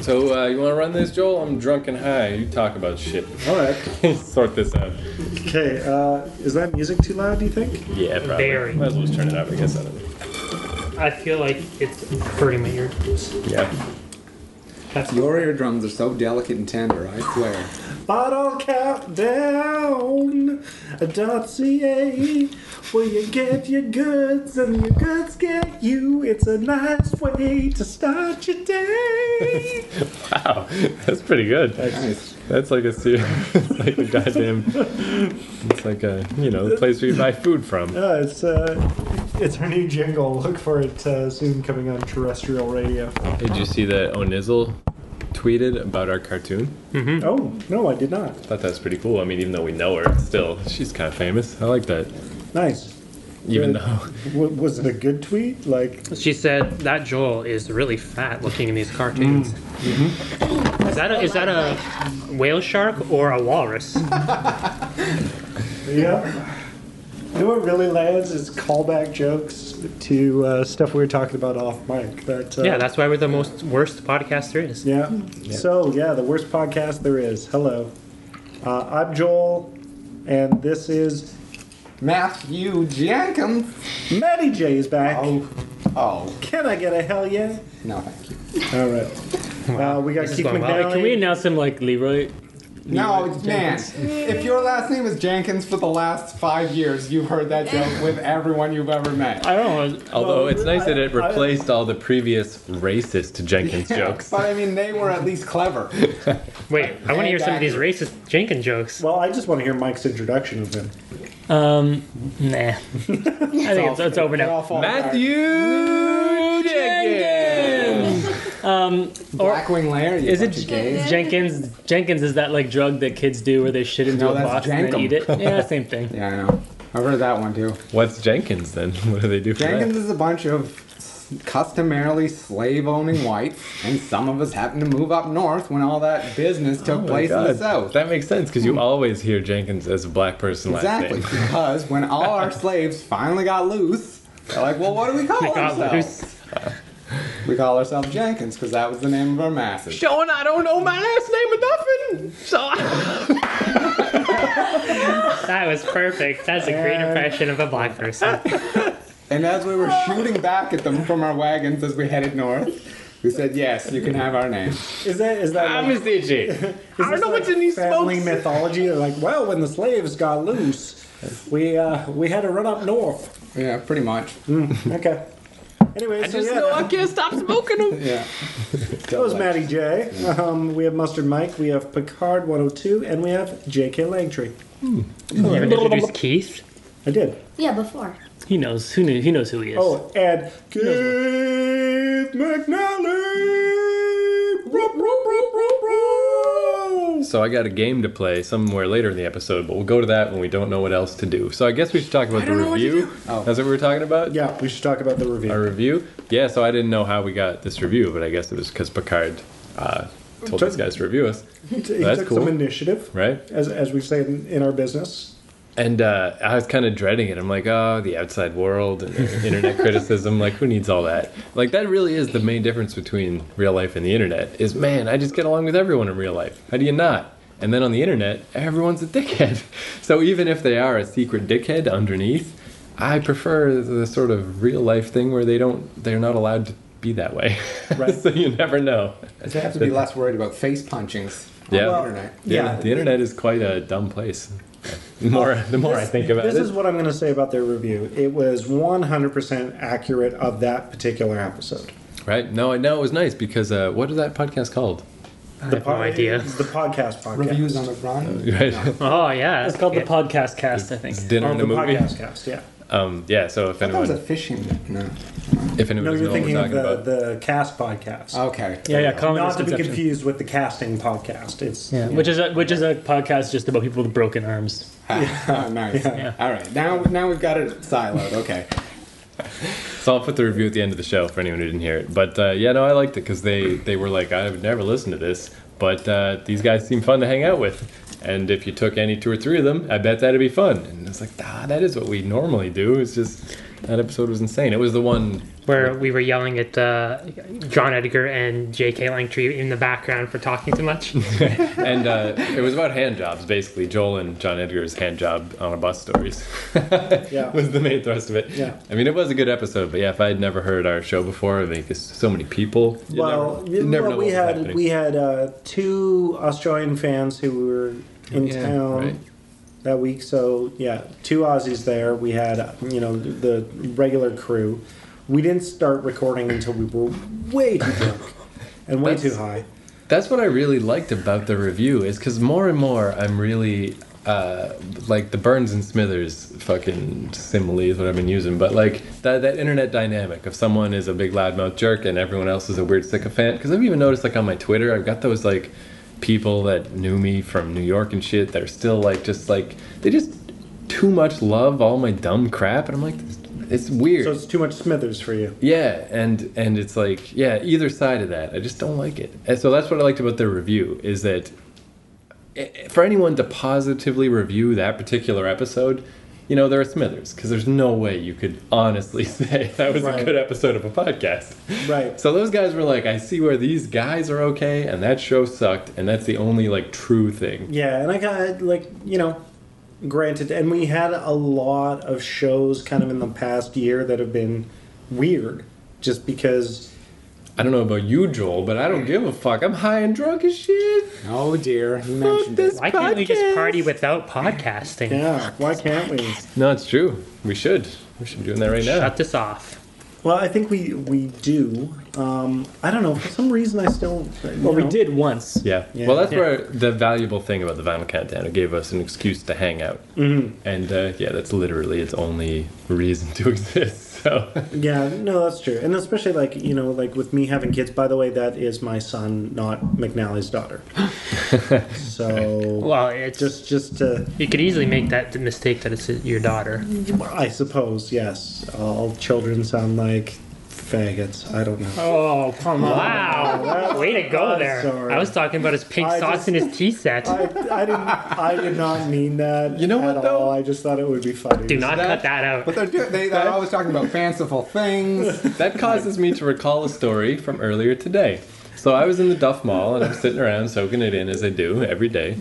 So uh, you want to run this, Joel? I'm drunk and high. You talk about shit. All right. Sort this out. Okay. Uh, is that music too loud? Do you think? Yeah, probably. Very. Might as well just turn it up. I guess. I don't know. I feel like it's hurting my eardrums. Yeah. That's Your eardrums are so delicate and tender, I swear. Bottle countdown. Dot ca, where you get your goods and your goods get you. It's a nice way to start your day. Wow, that's pretty good. Nice. That's like a ser- it's like a goddamn. It's like a you know the place where you buy food from. Uh, it's uh, it's our new jingle. Look for it uh, soon, coming on terrestrial radio. Did you see that Onizzle tweeted about our cartoon? Oh no, I did not. I thought that was pretty cool. I mean, even though we know her, still she's kind of famous. I like that. Nice. Even Good. though W- was it a good tweet? Like, She said that Joel is really fat looking in these cartoons. Is that a, is that a whale shark or a walrus? yeah. You know what really lands is callback jokes to uh, stuff we were talking about off mic. That uh, yeah, that's why we're the most worst podcast there is. yeah. So yeah, the worst podcast there is. Hello, uh, I'm Joel, and this is Matthew Jenkins. Maddie J is back. Oh, oh, Can I get a hell yeah? no, thank you. All right. Uh, we got This is Keith going well. McNally. Can we announce him like Leroy? No, it's man. If your last name is Jenkins for the last five years, you've heard that joke with everyone you've ever met. I don't know. Although Well, it's nice that it Oh, I- I- replaced all the previous racist Jenkins jokes. But I mean, they were at least clever. Wait, I want to hear some of these racist Jenkins jokes. Well, I just want to hear Mike's introduction of him. Um, nah. I think it's, it's over They all now. fall Matthew Jenkins. apart. Blackwing Lair. You Um, Is it bunch of gays. Jenkins? Jenkins is that like drug that kids do where they shit into No, a that's box and then Jankum. eat it? Yeah, same thing. Yeah, I know. I've heard that one too. What's Jenkins then? What do they do for Jenkins is a bunch of customarily slave-owning whites, and some of us happened to move up north when all that business took that? Oh my place in the God. south. That makes sense because you always hear Jenkins as a black person Hmm. Exactly, last name. because when all our slaves finally got loose, they're like, "Well, what do we call got ourselves?" We call ourselves Jenkins because that was the name of our masses. Sean, I don't know my last name of nothing. So I- That was perfect. That's a great impression of a black person. And as we were shooting back at them from our wagons as we headed north, we said, "Yes, you can have our name." Is that is that? like- I'm just itchy. I don't know what's in these family smokes. mythology. They're like, well, when the slaves got loose, we uh, we had to run up north. Yeah, pretty much. Okay. Anyway, so yeah, that can't stop smoking them. Yeah. was Maddie J. Um, we have Mustard Mike, we have Picard 102, and we have J.K. Langtree. Hmm. You haven't introduced Keith. I did. Yeah, before. He knows. Who knew? He knows who he is. Oh, and Keith McNally. Rup, rup, rup, rup, rup. So I got a game to play somewhere later in the episode, but we'll go to that when we don't know what else to do. So I guess we should talk about the review. Oh. That's what we were talking about. Yeah, we should talk about the Our review. review. Yeah. So I didn't know how we got this review, but I guess it was because Picard uh, told these guys to review us, He t- he That's took cool. some initiative, right? as, as we say in, in our business. And uh, I was kind of dreading it. I'm like, oh, the outside world and the internet criticism. Like, who needs all that? Like, that really is the main difference between real life and the internet. Is man, I just get along with everyone in real life. How do you not? And then on the internet, everyone's a dickhead. So even if they are a secret dickhead underneath, I prefer the sort of real life thing where they don't, they're not allowed to be that way. Right. so you never know. They have to be less worried about face punchings on Yeah. the internet. The- Yeah. The internet is quite a dumb place. The more, the more I think about This it. is what I'm going to say about their review. It was 100% accurate of that particular episode. Right? No, I know it was nice because uh, what is that podcast called? The have no idea. It's the podcast podcast. Reviews on the run. Right? Oh yeah, it's called the podcast cast. I think. Dinner Oh, and the a movie. podcast cast, yeah. Um, yeah. So if That was anyone, a fishing. No. if anyone No, doesn't you're know what thinking we're of talking the, about, the cast podcast. Okay. Yeah, yeah. Common Not to be misconception. confused with the casting podcast. It's Yeah, which is a which is a podcast just about people with broken arms. Ah, nice. All right. Now, now we've got it siloed. Okay. so I'll put the review at the end of the show for anyone who didn't hear it. But uh, yeah, no, I liked it because they they were like, I would never listen to this, but uh, these guys seem fun to hang out with. And if you took any two or three of them, I bet that'd be fun. And it's like, ah, that is what we normally do. It's just That episode was insane. It was the one. where we were yelling at uh, John Edgar and J.K. Langtree in the background for talking too much. And uh, it was about hand jobs, basically. Joel and John Edgar's hand job on a bus stories Yeah. was the main thrust of it. Yeah. I mean, it was a good episode, but yeah, if I had never heard our show before, I think there's so many people. you well, never- you never well, know we, what was had, happening. we had uh, two Australian fans who were in Yeah, town right. that week. So yeah, two Aussies there. We had uh, you know the regular crew. We didn't start recording until we were way too drunk and way too That's- high. That's what I really liked about the review is because more and more I'm really uh, like the Burns and Smithers fucking simile is what I've been using, but like that, that internet dynamic of someone is a big loudmouth jerk and everyone else is a weird sycophant. Because I've even noticed like on my Twitter, I've got those like people that knew me from New York and shit that are still like just like they just too much love all my dumb crap, and I'm like, it's weird. So it's too much Smithers for you. Yeah, and and it's like yeah, either side of that, I just don't like it. And so that's what I liked about their review is that i- for anyone to positively review that particular episode, you know, they're a Smithers because there's no way you could honestly say that was Right. a good episode of a podcast. Right. So those guys were like, I see where these guys are okay, and that show sucked, and that's the only like true thing. Yeah, and I got like you know, granted, and we had a lot of shows kind of in the past year that have been weird, just because. Mm. I don't know about you, Joel, but I don't give a fuck. I'm high and drunk as shit. Oh dear, you mentioned this- it. Why can't we just Podcast. party without podcasting? Yeah, why can't we? No, it's true. We should. We should be doing that right now. Shut this off. Well, I think we we do. Um, I don't know. For some reason, I still. Well, we did once. Yeah. Yeah. Well, that's Yeah. where the valuable thing about the vinyl countdown it gave us an excuse to hang out, mm-hmm. and uh, yeah, that's literally its only reason to exist. So Yeah, no, that's true, and especially like you know, like with me having kids. By the way, that is my son, not McNally's daughter. so Well, it's just just just uh, to, you could easily make that mistake that it's your daughter. I suppose, yes, all children sound like faggots. I don't know. Oh, come on. Wow, way to go I'm there! sorry. I was talking about his pink I socks just- and his tea set. I, I didn't. I did not mean that. You know at what, though? All. I just thought it would be funny. Do not that- cut that out. But they're, do- they, they're always talking about fanciful things. that causes me to recall a story from earlier today. So I was in the Duff Mall and I'm sitting around soaking it in as I do every day.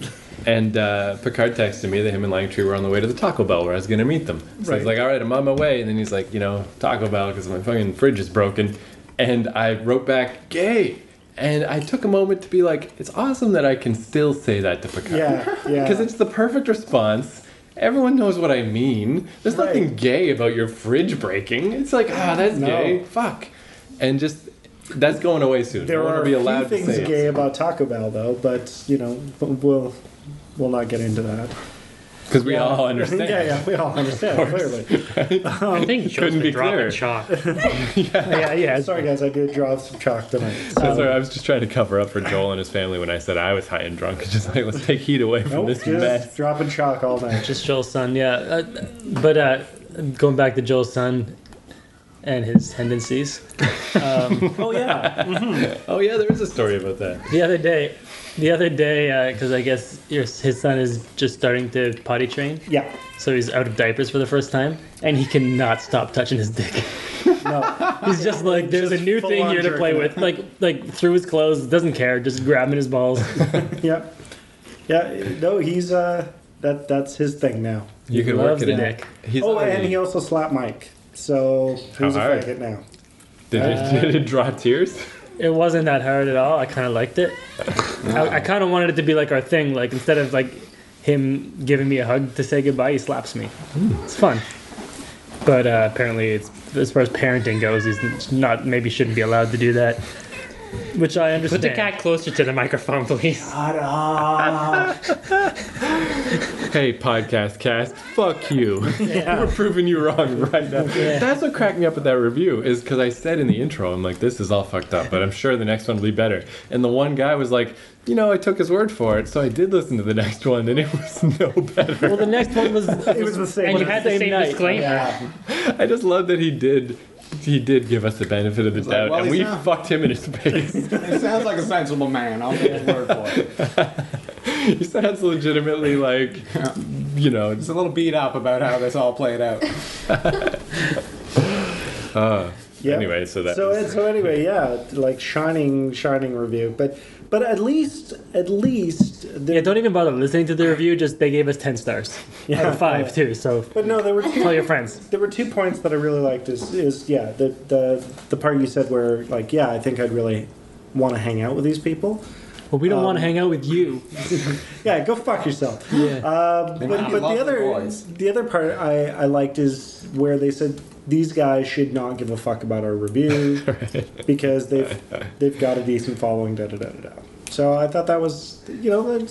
And uh, Picard texted me that him and Langtree were on the way to the Taco Bell where I was going to meet them. So I was Right. like, all right, I'm on my way. And then he's like, you know, Taco Bell because my fucking fridge is broken. And I wrote back, gay. And I took a moment to be like, it's awesome that I can still say that to Picard. Yeah, yeah. Because it's the perfect response. Everyone knows what I mean. There's Right. nothing gay about your fridge breaking. It's like, ah, that's No. gay. Fuck. And just that's going away soon. There I want are to be a few allowed to things say it. gay about Taco Bell, though. But you know, but we'll we'll not get into that. because we all understand. yeah, yeah, we all understand clearly. Um, I think Joe's couldn't be been dropping clearer. chalk. Yeah, yeah. Sorry, guys, I did draw some chalk tonight. That's Um, all right. I was just trying to cover up for Joel and his family when I said I was high and drunk. It's just like let's take heat away from nope, this just mess. dropping chalk all night. Just Joel's son, yeah. Uh, but uh, going back to Joel's son and his tendencies. Um, Oh yeah, Mm-hmm. Oh yeah, there is a story about that. the other day, the other day, because I guess your, his son is just starting to potty train, yeah. so he's out of diapers for the first time, and he cannot stop touching his dick. No, He's just like, there's a new full thing on here to jerking play it. with. Like, like through his clothes, doesn't care, just grabbing his balls. yep, yeah. No, he's uh, that that's his thing now. You could work loves it the in. dick. He's oh, already, and he also slapped Mike, so he's a All right. faggot now. did, it, did it draw tears? Uh, It wasn't that hard at all. I kind of liked it. I, I kind of wanted it to be like our thing. Like instead of like him giving me a hug to say goodbye, he slaps me. Hmm. It's fun. But uh, apparently, it's as far as parenting goes, he's not maybe shouldn't be allowed to do that, which I Put understand. the cat closer to the microphone, please. Ah. Hey, podcast cast, fuck you. We're proving you wrong right now. That's what cracked me up with that review, is because I said in the intro, I'm like, this is all fucked up, but I'm sure the next one will be better. And the one guy was like, you know, I took his word for it, so I did listen to the next one, and it was no better. Well, the next one was It was the same. And you one. had the Same same night. disclaimer. yeah. I just love that he did. He did give us the benefit of the like, doubt, well, and he's we not- fucked him in his face. It sounds like a sensible man. I'll take his word for it. he sounds legitimately like, you know, He's a little beat up about how this all played out. Uh, Yeah. Anyway, so that So was- and- so anyway, yeah, like shining, shining review. But but at least at least there, Yeah, don't even bother listening to the review. Just they gave us ten stars yeah, out Yeah. of five too. So But no, there were two, tell your friends. there were two points that I really liked. Is is yeah the the the part you said where like yeah I think I'd really want to hang out with these people. Well, we don't Um, want to hang out with you. Yeah, go fuck yourself. Yeah. Um, They but really but love the the other boys. the other part I, I liked is where they said these guys should not give a fuck about our review because they've they've got a decent following. Da da da da. da. So I thought that was you know that,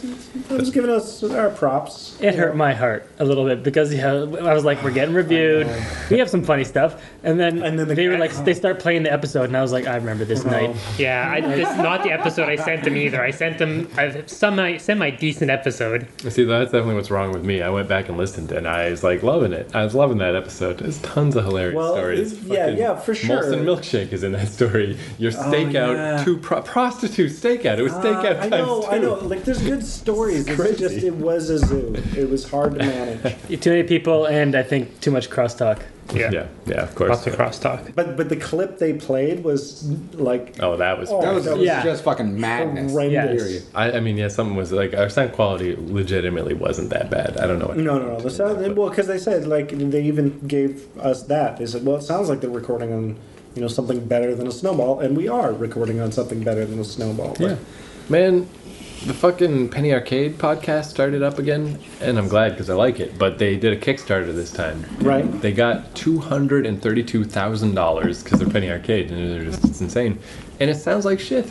that was giving us our props. It hurt my heart a little bit because yeah, I was like, we're getting reviewed. We have some funny stuff, and then, And then the- they were like, they start playing the episode, and I was like, I remember this night. Yeah, I, this is not the episode I sent them either. I sent them a semi semi decent episode. see, that's definitely what's wrong with me. I went back and listened, and I was like loving it. I was loving that episode. There's tons of hilarious Well, stories. it's- yeah, Fucking yeah, for sure. Oh, Molson milkshake is in that story. Your stakeout, yeah. Uh, two pro- prostitute stakeout. It was stakeout I times know, two. I know. Like, there's good stories. It's, crazy. just it was a zoo. It was hard to manage. Too many people, and I think too much crosstalk. Yeah, Yeah, yeah, of lots course. of crosstalk. But but the clip they played was like Oh, that was. Oh. That was, that was Yeah. just fucking madness. horrendous. Period. I, I mean, yeah, something was like our sound quality legitimately wasn't that bad. I don't know. What No, no, no. The sound, well, because they said like they even gave us that. They said, well, it sounds like they're recording on you know something better than a snowball, and we are recording on something better than a snowball. But Yeah, man, the fucking Penny Arcade podcast started up again, and I'm glad because I like it. But they did a Kickstarter this time. Right. They got two hundred and thirty-two thousand dollars because they're Penny Arcade, and they're just it's insane. And it sounds like shit.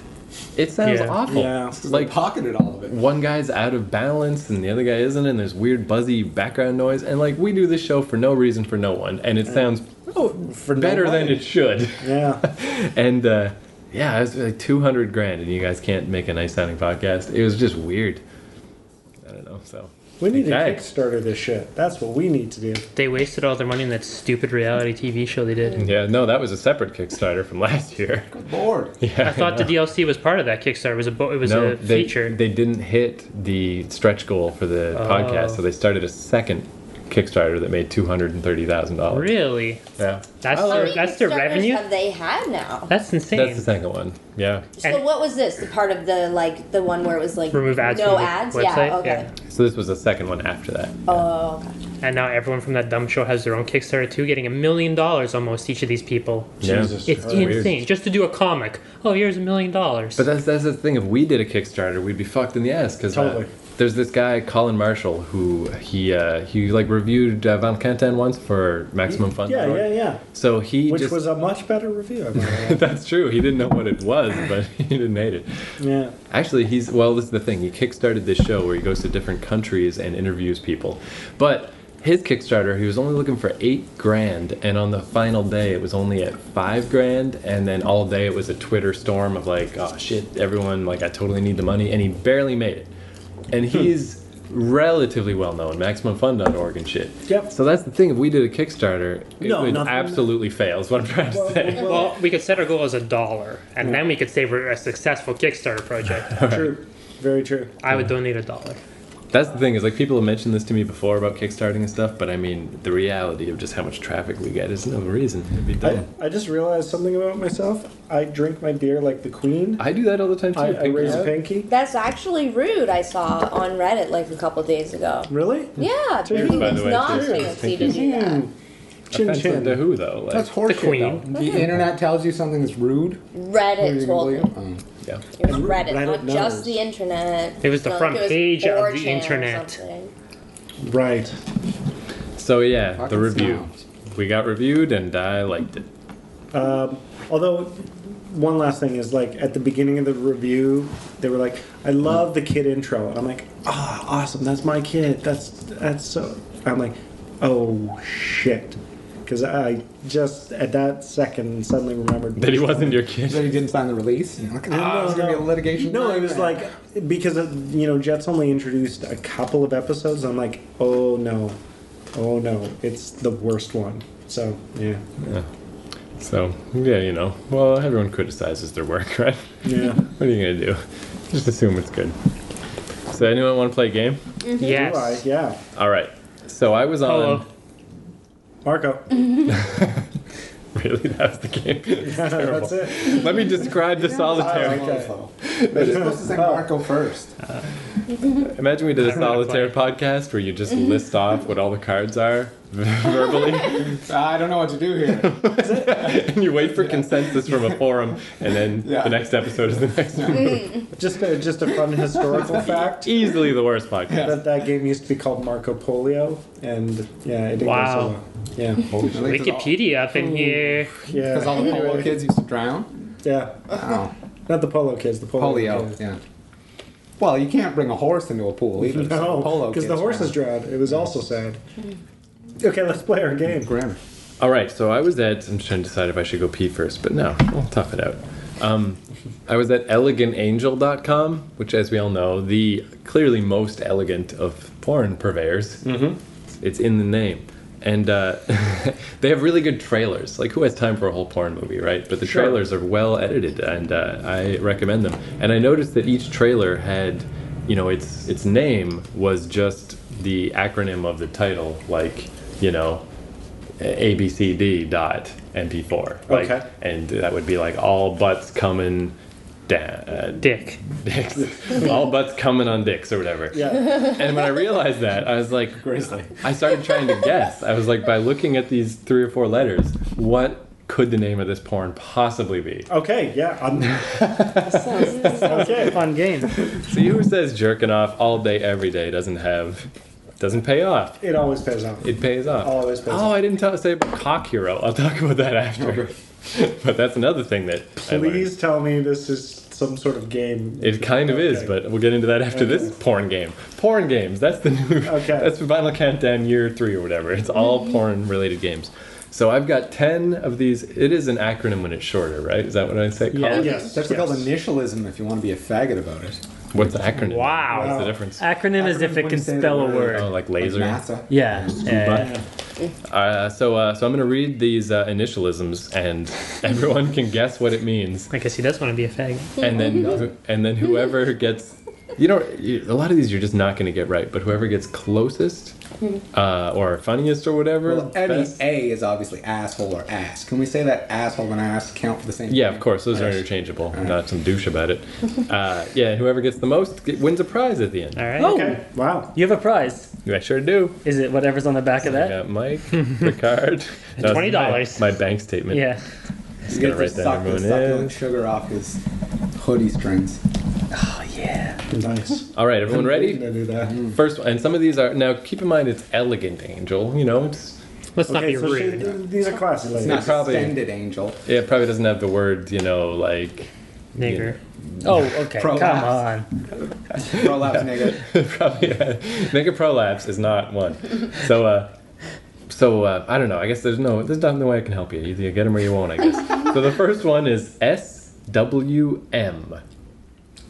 It sounds Yeah. awful. Yeah. Like Like pocketed all of it. one guy's out of balance and the other guy isn't, and there's weird buzzy background noise. And like we do this show for no reason, for no one, and it sounds oh, for better than nobody. it should Yeah. and uh, yeah, it was like 200 grand, and you guys can't make a nice sounding podcast. It was just weird. I don't know. So We need to Okay. Kickstarter this shit. That's what we need to do. They wasted all their money on that stupid reality TV show they did. yeah, no, that was a separate Kickstarter from last year. Bored. Yeah, I thought the DLC was part of that Kickstarter. It was a bo- it was no, a they, feature. Oh. they didn't hit the stretch goal for the podcast, so they started a second Kickstarter that made two hundred and thirty thousand dollars. really? Yeah, That's I their like- that's their Kickstarters revenue. Have they had now? That's insane. that's the second one. Yeah. so and- what was this? The part of the like the one where it was like Remove ads No from the ads. website? Yeah. Okay. So this was the second one after that. Oh. Gotcha. And now everyone from that dumb show has their own Kickstarter too, getting a million dollars almost each of these people. Jesus. Yeah. It's Alright. insane. Just to do a comic. Oh, here's a million dollars. But that's that's the thing. If we did a Kickstarter, we'd be fucked in the ass because Totally. there's this guy Colin Marshall who he uh, he like reviewed uh, Van Canten once for Maximum Fun. Yeah, yeah, yeah. So he Which just was a much better review. I might add. that's true. He didn't know what it was, but he didn't hate it. yeah. Actually, he's well. This is the thing. He kickstarted this show where he goes to different countries and interviews people. But his Kickstarter, he was only looking for eight grand, and on the final day, it was only at five grand. And then all day, it was a Twitter storm of like, "Oh shit, everyone! Like, I totally need the money," and he barely made it. And Hmm. he's relatively well known, MaximumFun.org and shit. Yep. So that's the thing. If we did a Kickstarter, it No, would nothing- absolutely fail. Is what I'm trying to say. well, we could set our goal as a dollar, and then we could say we're a successful Kickstarter project. True. Very true. I would donate a dollar. That's the thing is like people have mentioned this to me before about kickstarting and stuff, but I mean the reality of just how much traffic we get is no reason. It'd be I, dumb. I just realized something about myself. I drink my beer like the queen. I, do that all the time too. I, I Pinky raise a out. pinky. That's actually rude. I saw on Reddit like a couple days ago. Really? Yeah, Cheers, because by it's the way, not cheers. fancy Thank to you. do that. Chin Offensive chin. to who though? Like, That's horseshit. The, queen. the internet tells you something that's rude. Who Reddit you told gonna me. believe? Um, yeah. It was Reddit, Reddit not knows. just the internet. It was the Not front like it was page of the 4chan or internet. something. Right. So yeah, Fucking the review. snobs. We got reviewed and I liked it. Um, although, one last thing is like at the beginning of the review, they were like, "I love the kid intro," and I'm like, "Ah, awesome! That's my kid. That's that's so." I'm like, "Oh shit," because I just at that second suddenly remembered That he wasn't your That kid. he didn't sign the release. And you're like, Oh, ah, No, it's gonna no. be a litigation. No, it was nightmare." like because uh, you know Jets only introduced a couple of episodes. I'm like, oh no, oh no, it's the worst one. So yeah, So yeah, you know. Well, everyone criticizes their work, right? yeah. What are you gonna do? Just assume it's good. So anyone want to play a game? Do I? Yes. Yeah, All right. So I was on. Hello. Marco. Really, that was the game. It's terrible. That's it. Let me describe the Oh. solitaire. They're supposed to say Marco first. Imagine we did a solitaire podcast where you just list off what all the cards are verbally, I don't know what to do here. and you wait for consensus from a forum, and then Yeah. the next episode is the next one. Just a, just a fun historical fact. Easily the worst podcast. That that game used to be called Marco Polio, and yeah, it didn't Wow. go so well. Yeah, Wikipedia up in here. Because yeah, all the polo kids used to drown. yeah. Oh, Not the polo kids, the polio. polio. kids. Yeah. Well, you can't bring a horse into a pool either. so the No, polo because kids the horses drown. drowned. It was also sad. Okay, let's play our game. Grim. All right, so I was at. I'm just trying to decide if I should go pee first, but no, I'll tough it out. Um, I was at elegantangel.com, which, as we all know, the clearly most elegant of porn purveyors. Mm-hmm. It's in the name, and uh, they have really good trailers. Like, who has time for a whole porn movie, right? But the trailers are well edited, and uh, I recommend them. And I noticed that each trailer had, you know, its its name was just the acronym of the title, like you know abcd dot mp4 like, Okay. and that would be like all butts coming down uh, Dick. dicks all butts coming on dicks or whatever Yeah, and when i realized that i was like i started trying to guess i was like by looking at these three or four letters what could the name of this porn possibly be okay, yeah. I'm... okay, Fun game. see who says jerking off all day every day doesn't have doesn't pay off it always pays off. It pays off. Always pays oh, off. I didn't tell say about Cock Hero. I'll talk about that after. but that's another thing that I learned. Please tell me this is some sort of game. It kind of is, Okay. but we'll get into that after this porn game. Porn games. That's the new. Okay. Mm-hmm. That's the final countdown year three or whatever. It's all porn related games. So I've got ten of these. It is an acronym when it's shorter, right? Is that what I say? Colin? Yes, That's yes. called initialism if you want to be a faggot about it. What's the acronym? Wow. What's the difference? Acronym is if Acronym when it you can say the spell a word. word. Oh, like laser. Like NASA. Yeah. yeah. Uh, so, uh, so I'm gonna read these uh, initialisms, and everyone can guess what it means. I guess he does want to be a fag. and then who- and then whoever gets you know you, a lot of these you're just not going to get right but whoever gets closest uh, or funniest or whatever Well, any best- A is obviously asshole or ass. Can we say that asshole and ass count for the same? yeah thing? of course those are Yes. interchangeable I'm not some douche about it uh, yeah and whoever gets the most get, wins a prize at the end All right. Oh, Okay. Wow. you have a prize. i sure do Is it whatever's on the back of i that? got mike ricard No, $20. my, my bank statement Yeah. He's gonna write that suck the everyone succulent in. sugar off his hoodie strings. Oh, Nice. all right everyone I ready didn't do that. Hmm. first one and some of these are now keep in mind it's elegant angel you know it's Let's not Okay, be so rude. she- these are classy ladies. Not probably- extended angel. it probably doesn't have the word you know like Nigger. Oh, okay. Prolapse. Come on. Prolapse nigga. probably mega prolapse is not one. So uh, so uh, I don't know. I guess there's no there's not no way I can help you. Either you get them or you won't. I guess. so the first one is S W M.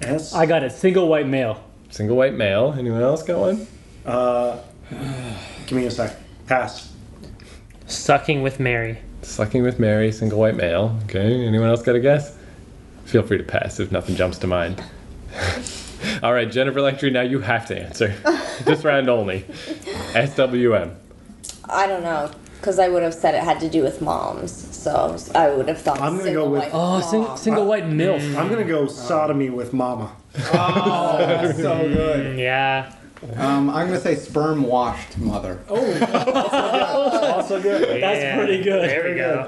Yes. I got it. Single white male. Single white male. Anyone else got one? Uh, give me a sec. Pass. Sucking with Mary. Sucking with Mary. Single white male. Okay. Anyone else got a guess? Feel free to pass if nothing jumps to mind. All right, Jennifer Lectry. Now you have to answer. this round only. S W M. I don't know. Because I would have said it had to do with moms, so I would have thought. I'm gonna single go with- white Oh, sing, mom. single white milf. Mm. I'm gonna go sodomy with mama. Oh, That's so good. Yeah. Um, I'm gonna say sperm washed mother. Oh. Also good. That's Yeah. pretty good. There we go.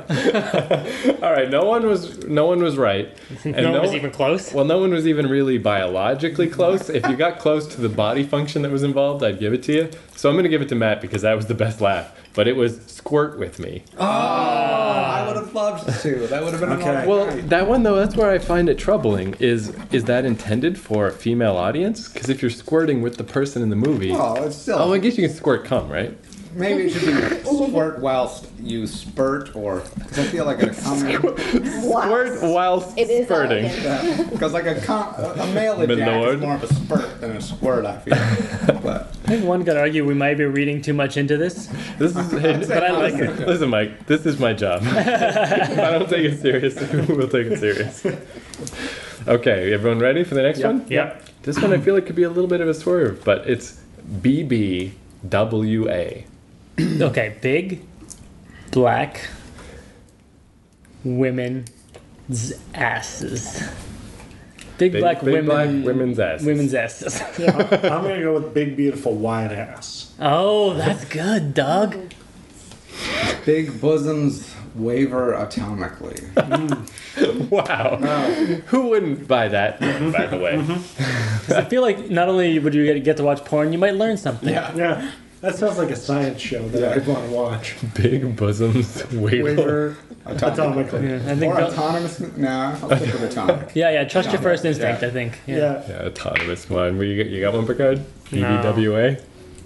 All right, no one was no one was right, and No one was even close. Well, no one was even really biologically close. If you got close to the body function that was involved, I'd give it to you. So I'm going to give it to Matt because that was the best laugh. But it was squirt with me. I would have loved to. That would have been Okay. okay. Well, that one though, that's where I find it troubling. Is is that intended for a female audience? Because if you're squirting with the person in the movie, Oh, it's still. oh, I guess you can squirt cum, right? Maybe it should be squirt whilst you spurt, or because I feel like a common, Wow. Squirt while It is spurting. elegant. because like a com- a a male But ejac Lord. is more of a spurt than a squirt. I feel, but I think one could argue we might be reading too much into this. This is, I like listen, listen, Mike, this is my job. if I don't take it serious, we'll take it serious. Okay, everyone ready for the next one? Yep. This one I feel like could be a little bit of a swerve, but it's BBWA. Okay, big, black, women's asses. Big, black big women. black women's asses. Women's asses. I'm gonna go with big, beautiful, wide ass. oh, that's good, dog. Big bosoms waver atomically. Uh, Wow. Who wouldn't buy that? By the way, I feel like not only would you get to watch porn, you might learn something. yeah. Yeah, that sounds like a science show that I'd want to watch. big bosoms waver. Waver atomically. Atomically. Yeah, Yeah. I think. Or they'll- autonomous. Nah, I'll stick with atomic. Yeah, yeah. Trust your Yeah. first instinct. Yeah. I think. Yeah, autonomous one. What You got, you got one, Picard? No. BBWA?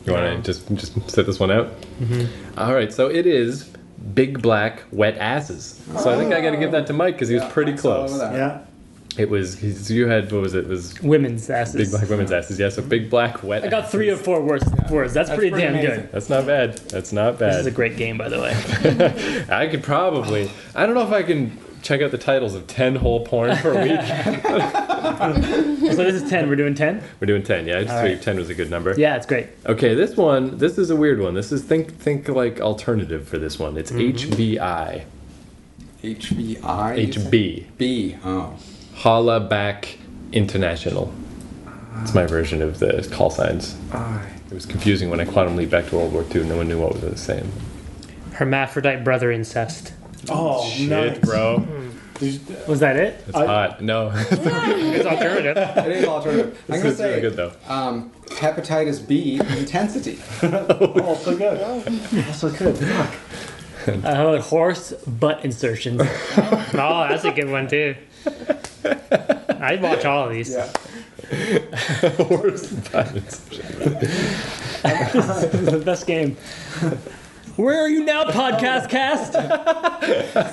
You want to just just set this one out? Mm-hmm. All right, so it is big black wet asses. So I think I got to give that to Mike because he was pretty It's all over close. that. yeah. It was he's- you had what was it? It was Women's asses. big black women's asses? Yeah, so big black wet. I got three or four words. words. That's, pretty, pretty damn amazing. good. That's not bad. That's not This is a bad. great game, by the way. I could probably. I don't know if I can check out the titles of ten whole porn per week. so this is ten. We're doing ten. We're doing ten. Yeah, I just figured ten was a good number. Yeah, it's great. Okay, this one, this is a weird one. This is think think like alternative for this one. Mm-hmm. It's HBI, HBI. you said? HB, B. Oh. Holla Back International. It's my version of the call signs. I. It was confusing when I quantum leap back to World War II. No one knew what was the same. Hermaphrodite brother incest. Oh, nice. bro, Oh. Did you- Was that it? it's I- hot. No, It's alternative. It is alternative. I'm This gonna is really say good, though. Um, hepatitis B intensity. Oh, so good. Oh, so good. Fuck. I heard horse butt insertions. Oh, that's a good one too. I'd watch all of these. Yeah. the best game. Where are you now, podcast cast?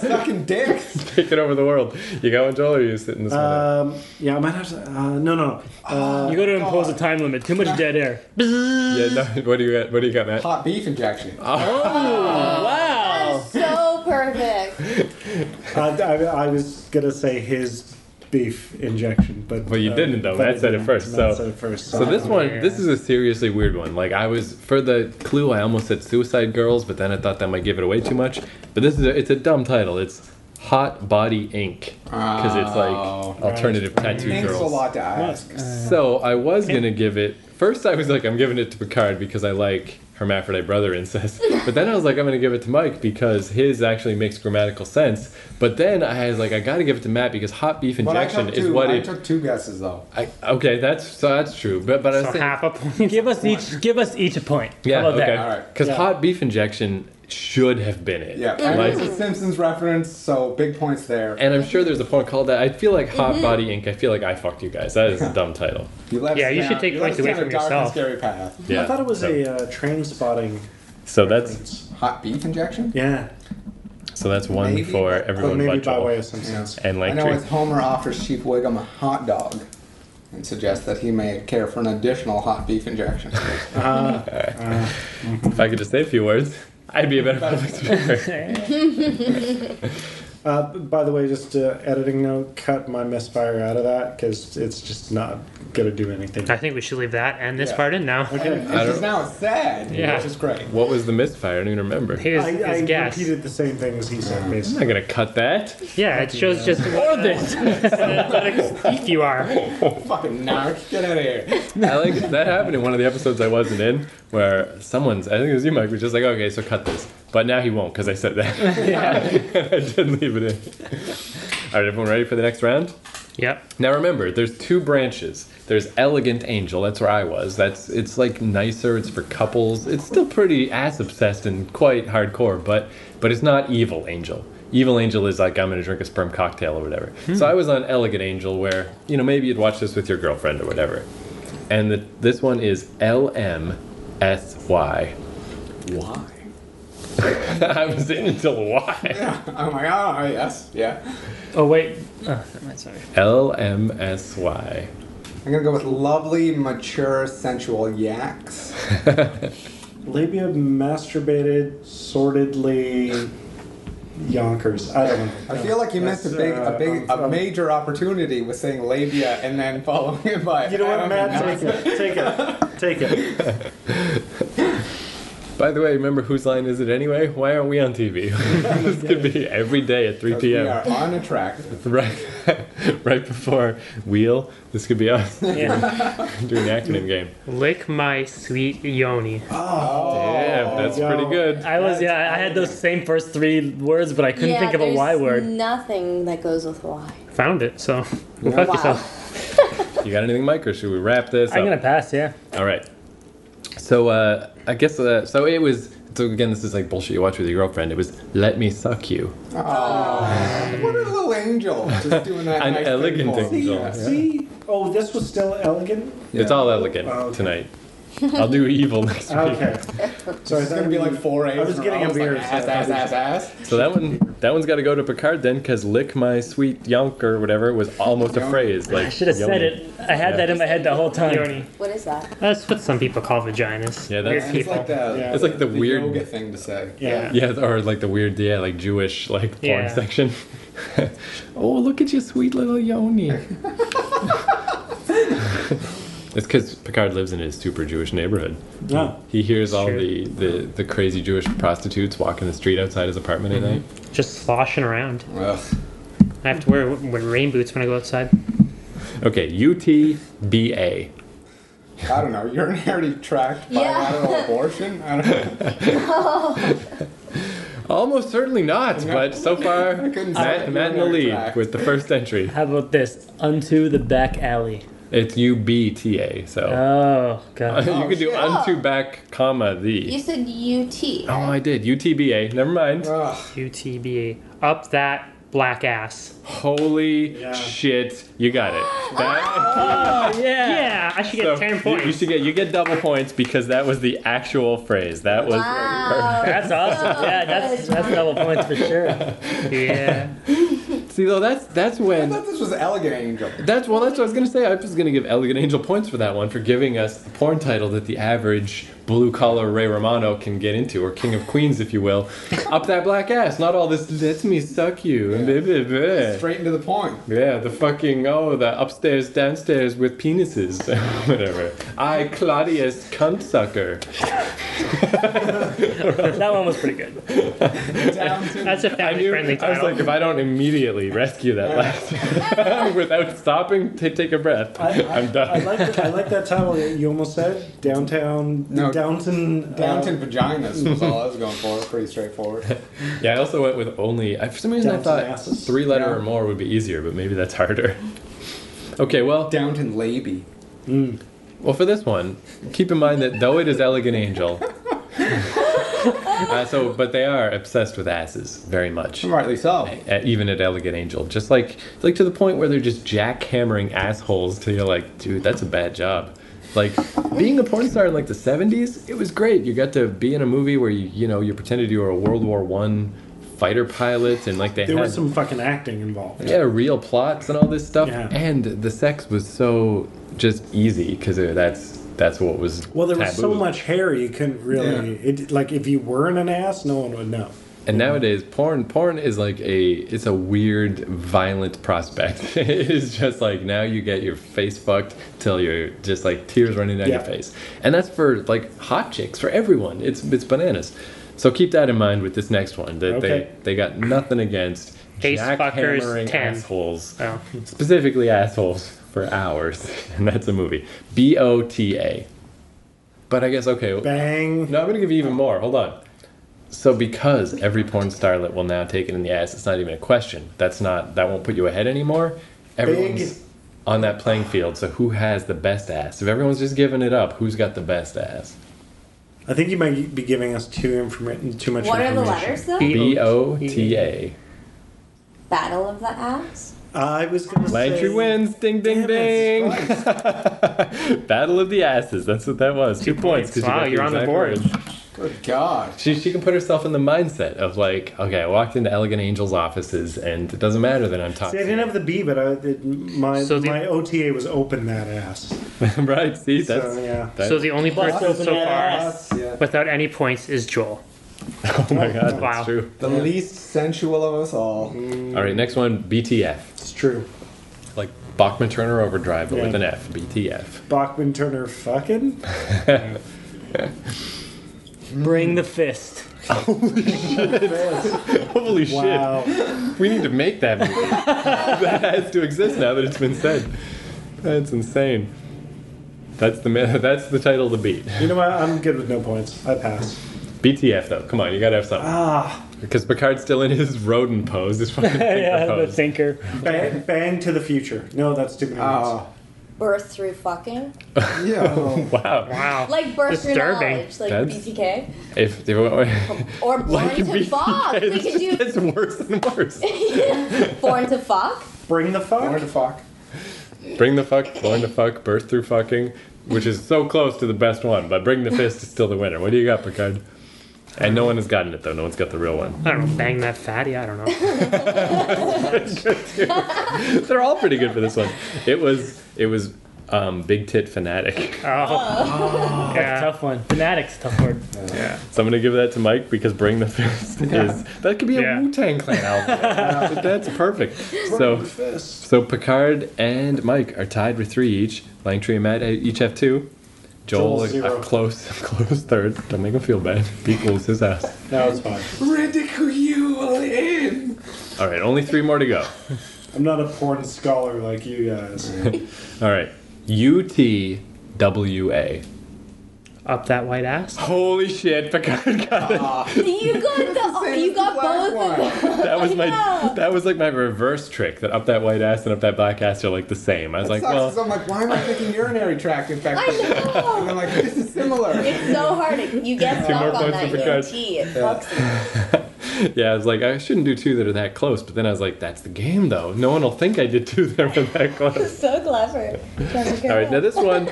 Fucking dick. Uh. taking over the world. You got one, Joel, or are you sitting this one? out? Um, yeah, I might have to. Uh, no, no. Uh, You got to impose a time limit. Too much dead air. Yeah, no, what do you got? What do you got, Matt? Oh. Hot beef injection. Oh, Wow. Oh, So perfect. I, I, I was gonna say his beef injection, but uh, Well, you didn't, though. but Matt I said it didn't. first, Matt so- said it first. So this one, Yeah. this is a seriously weird one. Like I was for the clue, I almost said Suicide Girls, but then I thought that might give it away too much. But this is a, it's a dumb title. It's Hot Body Ink because it's like Oh. alternative tattoo Thanks girls. a lot to ask. So I was gonna give it. First, I was like, I'm giving it to Picard because I like hermaphrodite brother incest. But then I was like, I'm gonna give it to Mike because his actually makes grammatical sense. But then I was like, I gotta give it to Matt because hot beef But I injection took is two. what I it. took two guesses though. I, okay, that's so that's true. But but I was So saying, half a point. Give us each. Give us each a point. Yeah, How about okay. that? Alright. Because Yeah. hot beef injection should have been it. Yeah. I know Like, it's a Simpsons reference, so big points there. and I'm sure there's a point called that. I feel like Hot Body Ink. I feel like I fucked you guys. That is a dumb title. You left Yeah, us you should down- take left points away us down from a dark yourself. And scary path. Yeah. I thought it was so, a uh, train spotting. So that's Hot beef injection. Yeah, so that's one Maybe, for but but everyone maybe but by Joel way of some sense. and I know Langtree. as Homer offers Chief Wiggum a hot dog and suggests that he may care for an additional hot beef injection. Uh-huh. Ah, If I could just say a few words, I'd be a better public speaker. Uh, b- by the way, just uh, editing note: cut my misfire out of that because it's just not gonna do anything. I think we should leave that and this Yeah. part in now. Okay. I Because don't- now it's sad, Yeah. which is great. what was the misfire? I don't even remember. I'm Here's I, his I guess. repeated the same things he Mm-hmm. said. Basically, not gonna cut that. Yeah, it shows just or this. If you are, Fucking narc, get out of here. I like that happened in one of the episodes I wasn't in, where someone's I think it was you, Mike, was just like, okay, so cut this, but now he won't because I said that. I didn't leave it in. All right, everyone, ready for the next round? yep. Now remember, there's two branches. There's Elegant Angel. That's where I was. That's it's like nicer. It's for couples. It's still pretty ass obsessed and quite hardcore, but but it's not Evil Angel. Evil Angel is like I'm gonna drink a sperm cocktail or whatever. So I was on Elegant Angel, where you know maybe you'd watch this with your girlfriend or whatever. And the, this one is L M S Y. Why? I was in until Y. I'm like, oh, yes, yeah. Oh wait. Uh. Oh, never mind, sorry. L M S Y. I'm gonna go with lovely, mature, sensual yaks. labia masturbated sordidly. Yonkers. I don't know. I feel like you missed a That's, big, a uh, big, um, a um, major opportunity with saying labia and then following it by. You know I what, Matt? don't know. Take it. Take it. Take it. But By the way, remember whose line is it anyway? Why aren't we on TV? this could be every day at 3 We p.m. are unattractive. Right, right before Wheel. This could be us Yeah. doing an acronym game. Lick my sweet yoni. Oh, Damn, that's yo. pretty good. Oh, I was yeah. I had those same first three words, but I couldn't yeah, think of a there's Y word. Nothing that goes with Y. Found it, so go fuck Wow. yourself. You got anything, Mike, or should we wrap this? I'm up? gonna pass. Yeah. All right. So uh, I guess uh, so. It was so again. This is like bullshit you watch with your girlfriend. It was "Let me suck you." uh, Oh. What a little angel just doing that. An nice elegant pinball. angel. Yeah. See? Oh, this was still elegant? It's all elegant Oh, okay. tonight. I'll do evil next week. Okay. So It's gonna be like four A's. I was in getting row. a It's like beer, so Ass, I ass, probably ass, ass. So that one, that one's got to go to Picard then, because "lick my sweet yonk" or whatever was almost a phrase. Like I should have said yoni. it. I had that in my head the whole time. Yoni. What is that? That's what some people call vaginas. Yeah, Weird that's- It's people. like the. Yeah. It's like the the weird- yoga thing to say. Yeah. Yeah, or like the weird, yeah, like Jewish, like porn Yeah. section. oh, look at your sweet little yoni. it's because Picard lives in his super Jewish neighborhood. No. He hears all Sure. the, the, the crazy Jewish prostitutes walking the street outside his apartment at night. Mm-hmm. Just sloshing around. Ugh. I have to wear w- w- rain boots when I go outside. Okay, UTBA. I don't know. Urinary tract Yeah. bilateral abortion. I don't know. Almost certainly not, but so far, couldn't Matt, say. Matt in the lead Tract. with the first entry. How about this? Unto the back alley. It's UBTA, so. Oh god. you could do shit. unto back, comma, You the. said UT. Oh, I did. UTBA. Never mind. Ugh. UTBA. Up that black ass. Holy Yeah. shit! You got it. That, Yeah, I should get so 10 you, points. you should get you get double points because that was the actual phrase. That was Wow. That's awesome. Yeah, that's that's double points for sure. Yeah. see though. That's that's I when thought this was elegant angel. that's well. That's what I was gonna say. I was just gonna give Elegant Angel points for that one for giving us the porn title that the average blue collar Ray Romano can get into, or King of Queens, if you will. Up that black ass. Not all this. Let me suck you. and blah, blah, blah. Straight into the point. Yeah, the fucking oh, the upstairs, downstairs with penises, whatever. I Claudius cunt sucker. That one was pretty good. Down to That's a family friendly I was title. like, if I don't immediately rescue that last without stopping to take a breath, I, am I done. like, the, I like that title that you almost said. Downtown. No. Downton. uh, Downton vaginas was all I was going for. Pretty straightforward. yeah, I also went with only. I, for some reason, I Downton thought asses. three letter Yeah. or more would be easier, but maybe that's harder. Okay, well, Downton Lady. Mm. well, for this one, keep in mind that though it is elegant angel. uh, so, but they are obsessed with asses very much. Rightly so. at, even at Elegant Angel. Just like like to the point where they're just jackhammering assholes till you're like, dude, that's a bad job. Like being a porn star in like the '70s, it was great. You got to be in a movie where you you know you pretended you were a World War One fighter pilot, and like they There had was some fucking acting involved. yeah real plots and all this stuff, Yeah. and the sex was so just easy because that's that's what was Well, there was so taboo. much hair you couldn't really. It, like, if you weren't an ass, no one would know. And nowadays, porn porn is like a it's a weird, violent prospect. it is just like now you get your face fucked till you're just like tears running down your Yeah. face, and that's for like hot chicks for everyone. It's it's bananas. So keep that in mind with this next one that Okay. they they got nothing against Face fuckers jackhammering 10. assholes, Oh. specifically assholes for hours, and that's a movie. B O T A. But I guess okay. Bang. No, I'm gonna give you even more. Hold on. So because every porn starlet will now take it in the ass, it's not even a question. That's not that won't put you ahead anymore. Everyone's on that playing field. So who has the best ass? If everyone's just giving it up, who's got the best ass? I think you might be giving us too, informa- too much What are information. the letters though? B- B O T A. Battle of the Ass. I was going to say. Langtry wins. Ding ding Damn it, ding. Battle of the asses. That's what that was. Two, points. 'cause you Wow, got you're on the exact board. words. Good God. She, she can put herself in the mindset of like, okay, I walked into Elegant Angel's offices and it doesn't matter that I'm top. See, I didn't have the B, but I, it, my So the- my OTA was open that ass. right? See, that's so yeah. that- So the only person so far Yeah. without any points is Joel. Oh my god, that's Wow. true. The least sensual of us all. All right, next one, BTF. It's true. Like Bachman Turner Overdrive, but with Yeah. an F. BTF. Bachman Turner fucking. Bring the fist. Holy Wow. shit. We need to make that movie. that has to exist now that it's been said. That's insane. That's the ma- that's the title to beat. You know what? I'm good with no points. I pass. BTF though, come on, you gotta have something. Ah, Because Picard's still in his Roden pose, his fucking thinker yeah, the pose. thinker. bang, bang to the future. No, that's too many Oh, Birth through fucking. yeah. Wow. Wow. Like birth Oh, Disturbing. through knowledge. Like That's- BTK. If they were Or born like to fuck. We could do It's worse and worse. born to fuck. words. Bring the Or fuck. the fuck. Bring the fuck, born to fuck, birth through fucking, which is so close to the best one, but Bring the Fist is still the winner. What do you got, Picard? And no one has gotten it though. No one's got the real one. I don't know. Bang that fatty. I don't know. They're all pretty good for this one. It was it was um, big tit fanatic. Oh. yeah. Tough one. Fanatics, tough word. So I'm gonna give that to Mike because Bring the Fist is that could be a Yeah. Wu Tang Clan album. That's perfect. So Fist. so Picard and Mike are tied with three each. Langtree and Matt eh, each have two. Joel, Joel, a- zero. a close close third. Don't make him feel bad. He equals his ass. No, it's fine. Ridiculing. All right, only three more to go. I'm not a porn scholar like you guys. All right, U T W A. Up that white ass. Holy shit, Picard got it. You got the. Same You as got the black both of them. one. That was my know. that was like my reverse trick. That up that white ass and up that black ass are like the same. I was like, Sucks, 'cause well, I'm like, why am I thinking urinary tract I infection? And I'm know. like, this is similar. It's so hard. You get Two more stuck on points that for Picard. UT. It fucks you. yeah, I was like, I shouldn't do two that are that close. But then I was like, that's the game though. No one will think I did two that are that close. So clever. Clever girl. All right, now this one,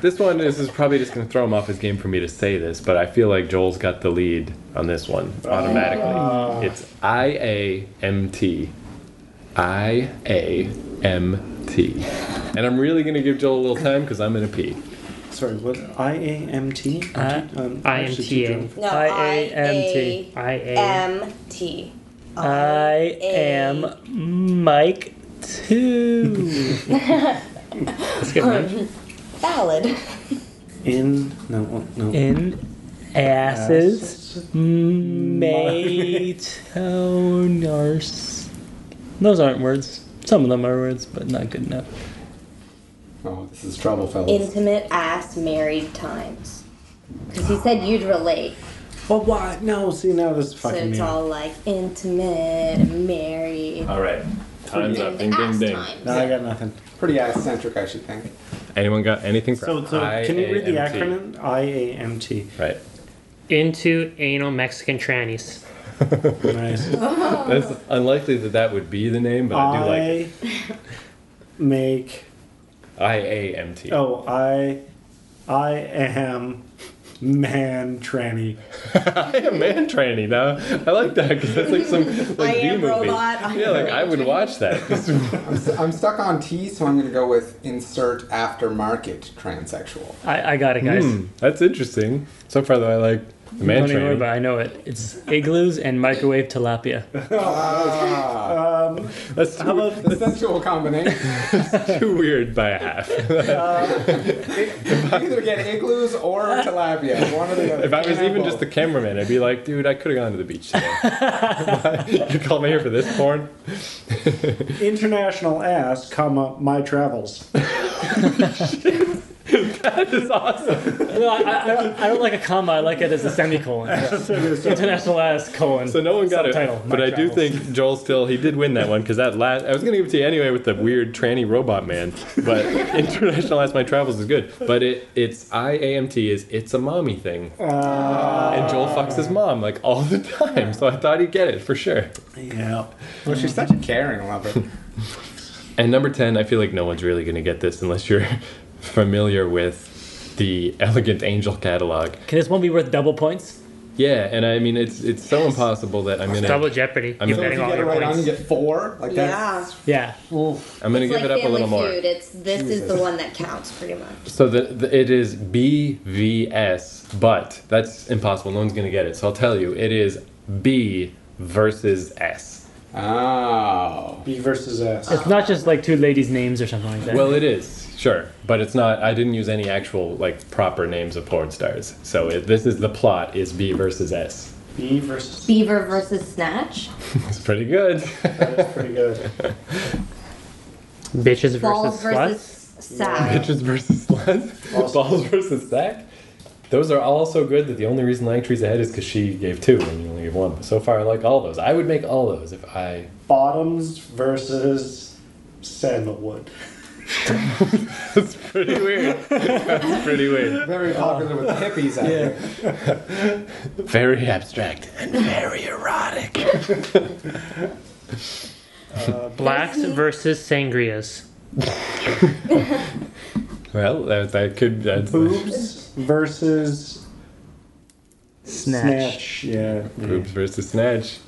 this one is, is probably just gonna throw him off his game for me to say this, but I feel like Joel's got the lead on this one automatically. Ah. It's I A M T, I A M T, and I'm really gonna give Joel a little time because I'm gonna pee. Sorry, what? I A M T? Uh, Um, I actually, M T A. Joel. No, I I-A-M-T. I A. M T. I am Mike Two. That's good, man. Valid. In no well, no. In asses. Matonars. Those aren't words. Some of them are words, but not good enough. Oh, this is trouble, fellas. Intimate ass married times. Because he said you'd relate. But why? No, see now this is So fucking it's me. up. all like intimate, married. All right, time's up. Ding ding ass ding. times. No, I got nothing. Pretty eccentric, I should think. Anyone got anything for So, so can you read the IAMT? acronym? I A M T. Right. Into anal Mexican trannies. Nice. That's unlikely that that would be the name, but I do like it. I make. I A M T. Oh, I. I am man tranny. I am man tranny now. I like that because that's like some like I B am movie. robot. I yeah, am like I would watch that. This is- I'm, s am stuck on T, so I'm going to go with insert aftermarket transsexual. I, I got it, guys. Hmm, that's interesting. So far though, I like the man Don't even worry tranny. about it. I know it. It's igloos and microwave tilapia. Um, Ah, That's too, the sensual combination. too weird by a half. Um, Either get igloos or tilapia. One or the other. If I was Can't even have just the both. cameraman, I'd be like, dude, I could have gone to the beach today. you called me here for this porn? International ass, comma my travels. That is awesome. No, I, I, I, don't, I don't like a comma. I like it as a semicolon. So it is. International ass colon. So no one got Subtitle, it. But My I do Travels. think Joel still, he did win that one because that last, I was going to give it to you anyway with the weird tranny robot man. But International As My Travels is good. But it it's IAMT is it's a mommy thing. and Joel fucks his mom like all the time. So I thought he'd get it for sure. yeah. Well, she's such a caring lover. And number 10, I feel like no one's really going to get this unless you're familiar with the Elegant Angel catalog. Can this one be worth double points? Yeah, and I mean it's it's so impossible that I'm gonna Double Jeopardy. I'm You're gonna- So betting if you all get it your right on, you points. get four. Like Yeah. that's. Yeah. Oof. I'm gonna It's give like it up a Family little more. Feud. It's this is the one that counts pretty much. So the, the it is BVS, but that's impossible. No one's gonna get it. So I'll tell you, it is B versus S. Ah. Oh. B versus S. It's not just like two ladies' names or something like that. Well, it is sure, but it's not. I didn't use any actual like proper names of porn stars. So it, this is the plot: is B versus S. B versus Beaver versus Snatch. It's pretty good. that's pretty good. Bitches versus Balls sluts. versus Sack. Bitches versus sluts. Balls versus sack. Those are all so good that the only reason Langtree's ahead is because she gave two and you only gave one. But so far, I like all those. I would make all those if I. Bottoms versus sandalwood. That's pretty weird. That's pretty weird. Very popular with hippies out here. Very abstract and very erotic. Uh, Blacks versus sangrias. Well, that, that could. That's, Boobs versus snatch. Yeah. Boobs versus Snatch.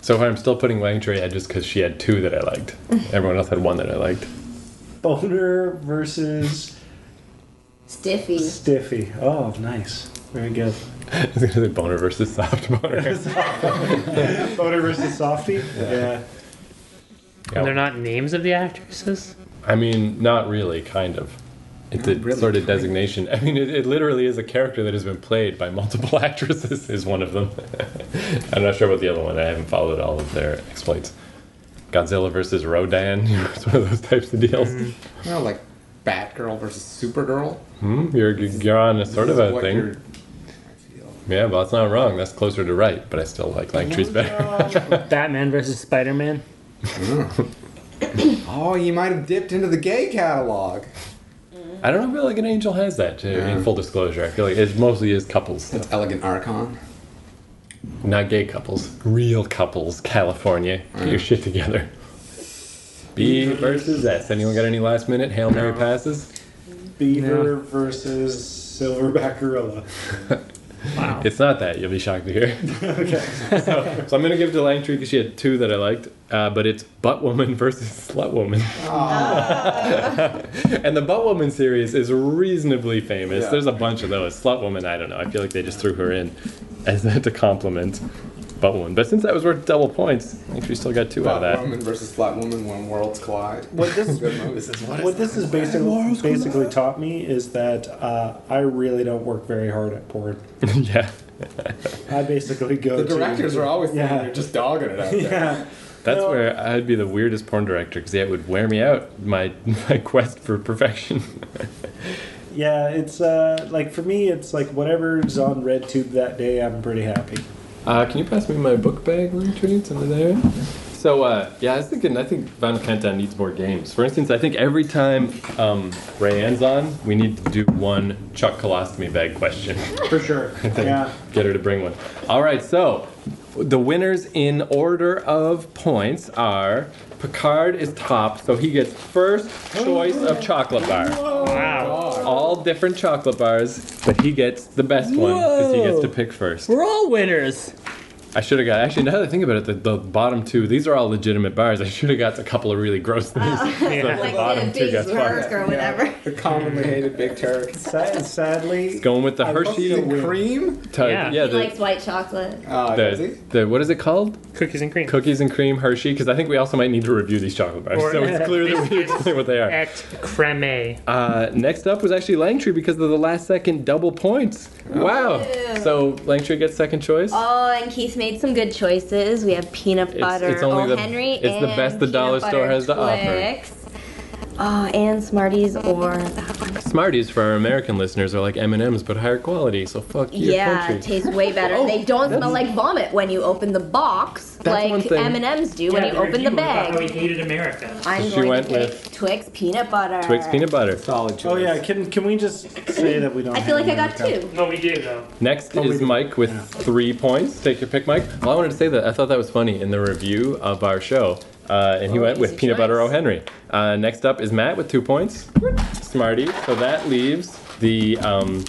So far, I'm still putting Langtry ahead just because she had two that I liked. Everyone else had one that I liked. Boner versus Stiffy. stiffy. Oh, nice. Very good. I was going to say boner versus soft boner. Boner versus softy. Yeah. Yeah. And they're not names of the actresses? I mean, not really, kind of. It's a sort of designation. I mean, it, it literally is a character that has been played by multiple actresses, is one of them. I'm not sure about the other one. I haven't followed all of their exploits. Godzilla versus Rodan. It's one of those types of deals. You know, like Batgirl versus Supergirl. Hmm, you're, you're on a sort This of is a what thing. you're- I feel. Yeah, well, that's not wrong. That's closer to right, but I still like Langtree's better. Batman versus Spider Man. Oh, you might have dipped into the gay catalog. I don't know. I feel like an angel has that. Too, In full disclosure, I feel like it mostly is couples, stuff. That's Elegant Archon. not gay couples, real couples. California, get your shit together. B versus S. Anyone got any last minute hail mary passes? Beaver versus silverback gorilla. It's not that. You'll be shocked to hear. okay. So, so I'm gonna give it to Langtree because she had two that I liked, uh, but it's butt woman versus slut woman. and the butt woman series is reasonably famous. Yeah. There's a bunch of those. Slut woman, I don't know. I feel like they just threw her in as to compliment butt woman. But since that was worth double points, Langtree still got two out of Flat that. woman versus flat woman when worlds collide. What this Good movie. This is what this has basically basically taught me is that uh, I really don't work very hard at porn. yeah. I basically go. The to- directors are always thinking Yeah. you're just dogging it out there. Yeah. That's No. where I'd be the weirdest porn director because that would wear me out. My my quest for perfection. Yeah, it's uh, like for me, it's like whatever's on RedTube that day, I'm pretty happy. Uh, can you pass me my book bag, Langtree? It's under there. So uh, yeah, I was thinking. I think Van Kenta needs more games. For instance, I think every time um, Rayanne's on, we need to do one Chuck colostomy bag question. For sure. yeah. Get her to bring one. All right, so the winners in order of points are Picard is top, so he gets first Oh, choice of chocolate bar. Wow. All different chocolate bars, but he gets the best one because he gets to pick first. We're all winners. I should have got actually now that I think about it, the, the bottom two, these are all legitimate bars. I should have got a couple of really gross things. Yeah. Uh, Like bottom the two big got jerk or whatever. The commonly hated Big Turk. Sad, sadly, Going with the I love Hershey the type- win. Cream? Uh, yeah, Yeah. He the, likes white chocolate. Uh, does he? the, the what is it called? Cookies and cream. Cookies and cream Hershey, because I think we also might need to review these chocolate bars. Or- so it's clear that we explain what they are. Et creme. Uh, next up was actually Langtree because of the last second double points. Wow. So Langtree gets second choice. Oh, and Keith made some good choices. We have peanut butter, it's only oh the- Henry, it's the and best the peanut dollar store butter has to offer. Twix. Oh, and Smarties or that one. Smarties for our American listeners are like M&Ms but higher quality. So fuck your Oh, Yeah, country. it tastes way better. they don't smell like vomit when you open the box, one like thing. M and M's do when you open the How we bag. hated America. I'm She going went to pick with Twix peanut butter. Twix peanut butter. Solid choice. Oh yeah, can can we just say that we don't? I feel have Oh, like I got any two. No, we do though. Next is Mike with three points. Take your pick, Mike. Well, I wanted to say that I thought that was funny in the review of our show, uh, Oh, and he went with easy peanut butter choice. O. Henry. Uh, next up is Matt with two points. Smarty. So that leaves the um,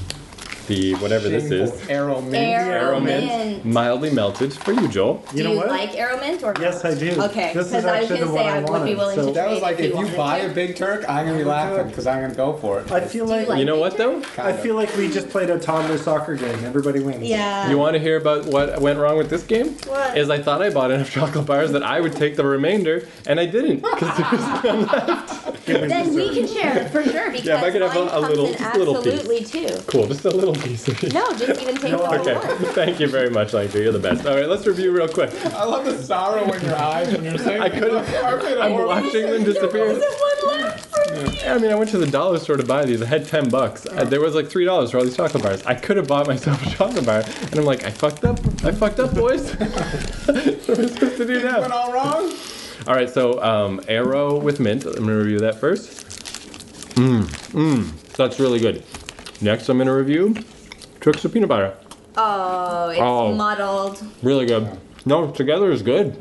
the whatever this is. Arrow mint. Arrow Arrowmint, mint. mildly melted for you, Joel. Do you, know what? like arrow mint or? Yes, I do. Okay, This is because I was actually gonna the one say I I would be wanted, willing so- to. That was trade like if you wanted buy to. a big Turk, I'm gonna be laughing because I'm gonna go for it. I feel Do you like, like You know what though? I Kinda. feel like we just played a toddler soccer game. Everybody wins. Yeah. You want to hear about what went wrong with this game? What? Is I thought I bought enough chocolate bars that I would take the remainder, and I didn't. 'cause there was none left. Then we can share it for sure because I could have mine a- a comes little- in just a little piece. absolutely too. Cool, just a little piece of it. No, just even take the whole Okay, one. thank you very much, Lanker. You're the best. All right, let's review real quick. I love the sorrow in your eyes when you're saying. I couldn't. I'm watching them There disappear. wasn't one left for me. I mean, I went to the dollar store to buy these. I had ten bucks. Oh. Uh, there was like three dollars for all these chocolate bars. I could have bought myself a chocolate bar, and I'm like, I fucked up. I fucked up, boys. what am I supposed to do now? Went all wrong. All right, so um, arrow with mint. I'm gonna review that first. Mmm, mmm, that's really good. Next, I'm gonna review tricks of peanut butter. Oh, it's Oh. muddled. Really good. No, together is good.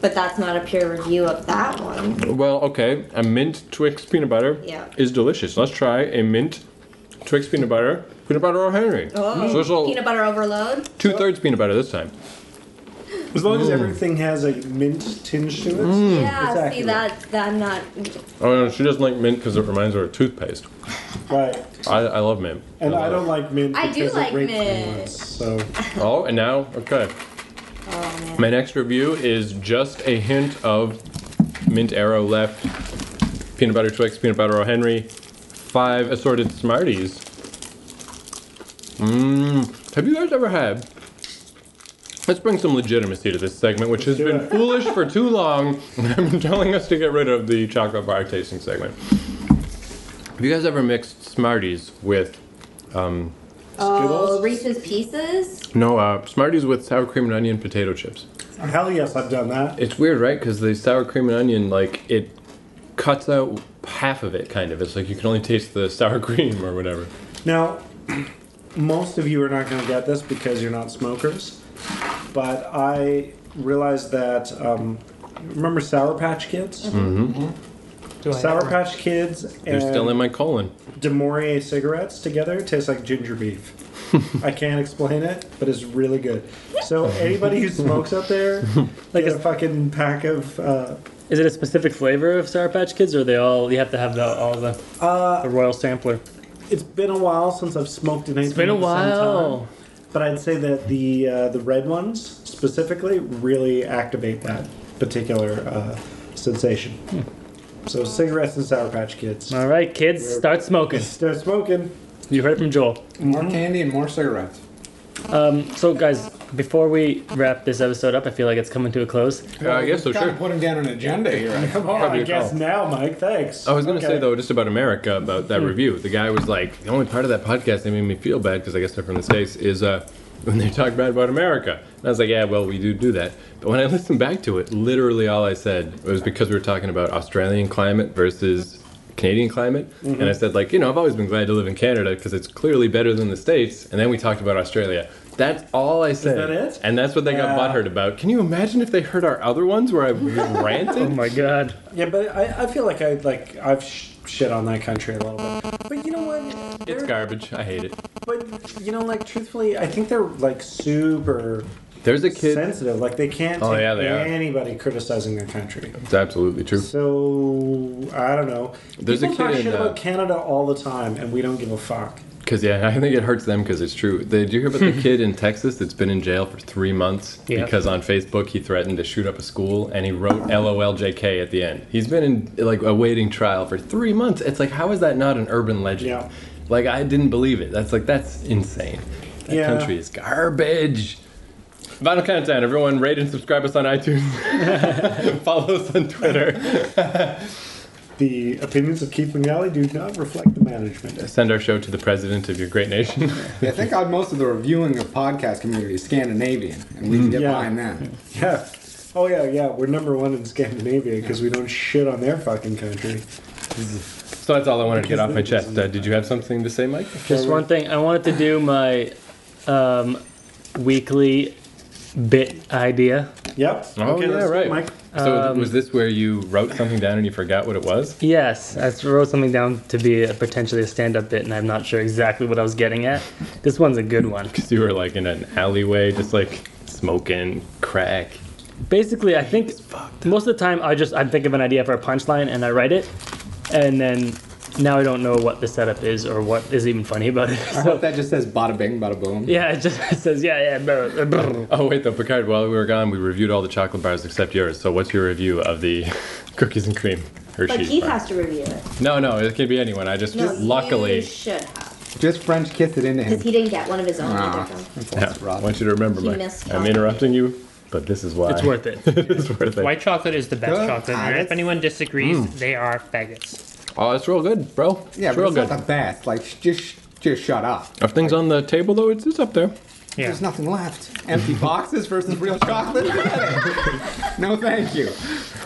But that's not a peer review of that one. Well, okay, a mint Twix peanut butter Yeah. is delicious. Let's try a mint Twix peanut butter, peanut butter or Henry. Oh, So it's all peanut butter overload. two thirds peanut butter this time. As long as Mm. everything has a mint tinge to it. yeah, It's see accurate. that, that I'm not. Oh, she doesn't like mint because it reminds her of toothpaste. Right. I, I love mint. And I love don't like mint. I do because like it raped me mint. once, so it. Oh, and now okay. Oh man. My next review is just a hint of mint arrow left, peanut butter Twix, peanut butter O. Henry, five assorted Smarties. Mmm. Have you guys ever had? Let's bring some legitimacy to this segment, which has do been it. foolish for too long. I'm telling us to get rid of the chocolate bar tasting segment. Have you guys ever mixed Smarties with um, Oh, Skittles? Reese's Pieces. no uh, Smarties with sour cream and onion potato chips? Oh, hell yes, I've done that. It's weird, right? Because the sour cream and onion, like, it cuts out half of it, kind of. It's like you can only taste the sour cream or whatever. Now, most of you are not going to get this because you're not smokers, but I realized that. Um, remember Sour Patch Kids? Do I Sour ever- Patch Kids Mm-hmm. They're and still in my colon. De Maurier cigarettes together taste like ginger beef. I can't explain it, but it's really good. So anybody who smokes out there, like a fucking pack of. Uh, Is it a specific flavor of Sour Patch Kids, or are they all? You have to have the, all the uh, the royal sampler. it's been a while since I've smoked anything. It's been a at the same time. while. But I'd say that the uh, the red ones specifically really activate that particular uh, sensation. So cigarettes and Sour Patch Kids. All right, kids, start smoking. They're smoking. You heard from Joel. More candy and more cigarettes. Um, so guys, before we wrap this episode up, I feel like it's coming to a close. Yeah, I guess so, Kind sure. of putting down an agenda here. I Come on, Probably I a guess call. now, Mike. Thanks. I was going to Okay. say, though, just about America, about that review. The guy was like, the only part of that podcast that made me feel bad, because I guess they're from the States, is uh, when they talk bad about America. And I was like, yeah, well, we do do that. But when I listened back to it, literally all I said was because we were talking about Australian climate versus Canadian climate. And I said, like, you know, I've always been glad to live in Canada because it's clearly better than the States. And then we talked about Australia. That's all I said. that it? And that's what they Yeah. got butthurt about. Can you imagine if they heard our other ones where I ranted? Oh my God. Yeah, but I, I feel like I like I've sh- shit on that country a little bit. But you know what? It's They're- garbage. I hate it. But you know, like truthfully, I think they're like super There's a kid. sensitive. Like they can't Oh, take yeah, they are. anybody criticizing their country. It's absolutely true. So I don't know. There's a People talk kid in, shit uh, about Canada all the time, and we don't give a fuck. Because, yeah, I think it hurts them because it's true. Did you hear about the kid in Texas that's been in jail for three months Yeah. because on Facebook he threatened to shoot up a school and he wrote LOLJK at the end? He's been in, like, awaiting trial for three months. It's like, how is that not an urban legend? Yeah. Like, I didn't believe it. That's like, that's insane. That Yeah. country is garbage. Vinyl content, everyone, rate and subscribe us on iTunes. Follow us on Twitter. The opinions of Keith McNally do not reflect the management. Send our show to the president of your great nation. I think on most of the reviewing of podcast community is Scandinavian, and we can get Mm. Yeah. behind them. Yeah. Oh yeah, yeah. We're number one in Scandinavia because we don't shit on their fucking country. so that's all I wanted to get off my Because that chest. Uh, did you have something to say, Mike? Just one thing. I wanted to do my um, weekly bit idea. Yep. Oh okay, yeah, that's good, right. Mike. So Um, was this where you wrote something down and you forgot what it was? Yes, I wrote something down to be a, potentially a stand-up bit, and I'm not sure exactly what I was getting at. This one's a good one. Because you were like in an alleyway, just like smoking crack. Basically, I think most of the time I just I think of an idea for a punchline and I write it, and then now I don't know what the setup is or what is even funny about it. I hope that just says bada bing, bada boom. Yeah, it just it says yeah, yeah. Blah, blah, blah. Oh wait, though, Picard. While we were gone, we reviewed all the chocolate bars except yours. So what's your review of the cookies and cream Hershey's? But Keith bar? has to review it. No, no, it could be anyone. I just No, you luckily. should have. Just French kiss it into him. Because he didn't get one of his own Ah, either. Phil. that's Yeah, I rough. want you to remember, He Mike. missed I'm chocolate. interrupting you, but this is why. It's worth it. it's worth it. White chocolate is the best Good. chocolate. Ah, and that's- if anyone disagrees, Mm. they are faggots. Oh, it's real good, bro. Yeah, it's but real it's good. not the best. Like, sh- just, sh- just shut up. Of things on the table, though, it's, it's up there. Yeah. There's nothing left. Empty boxes versus real chocolate. no, thank you.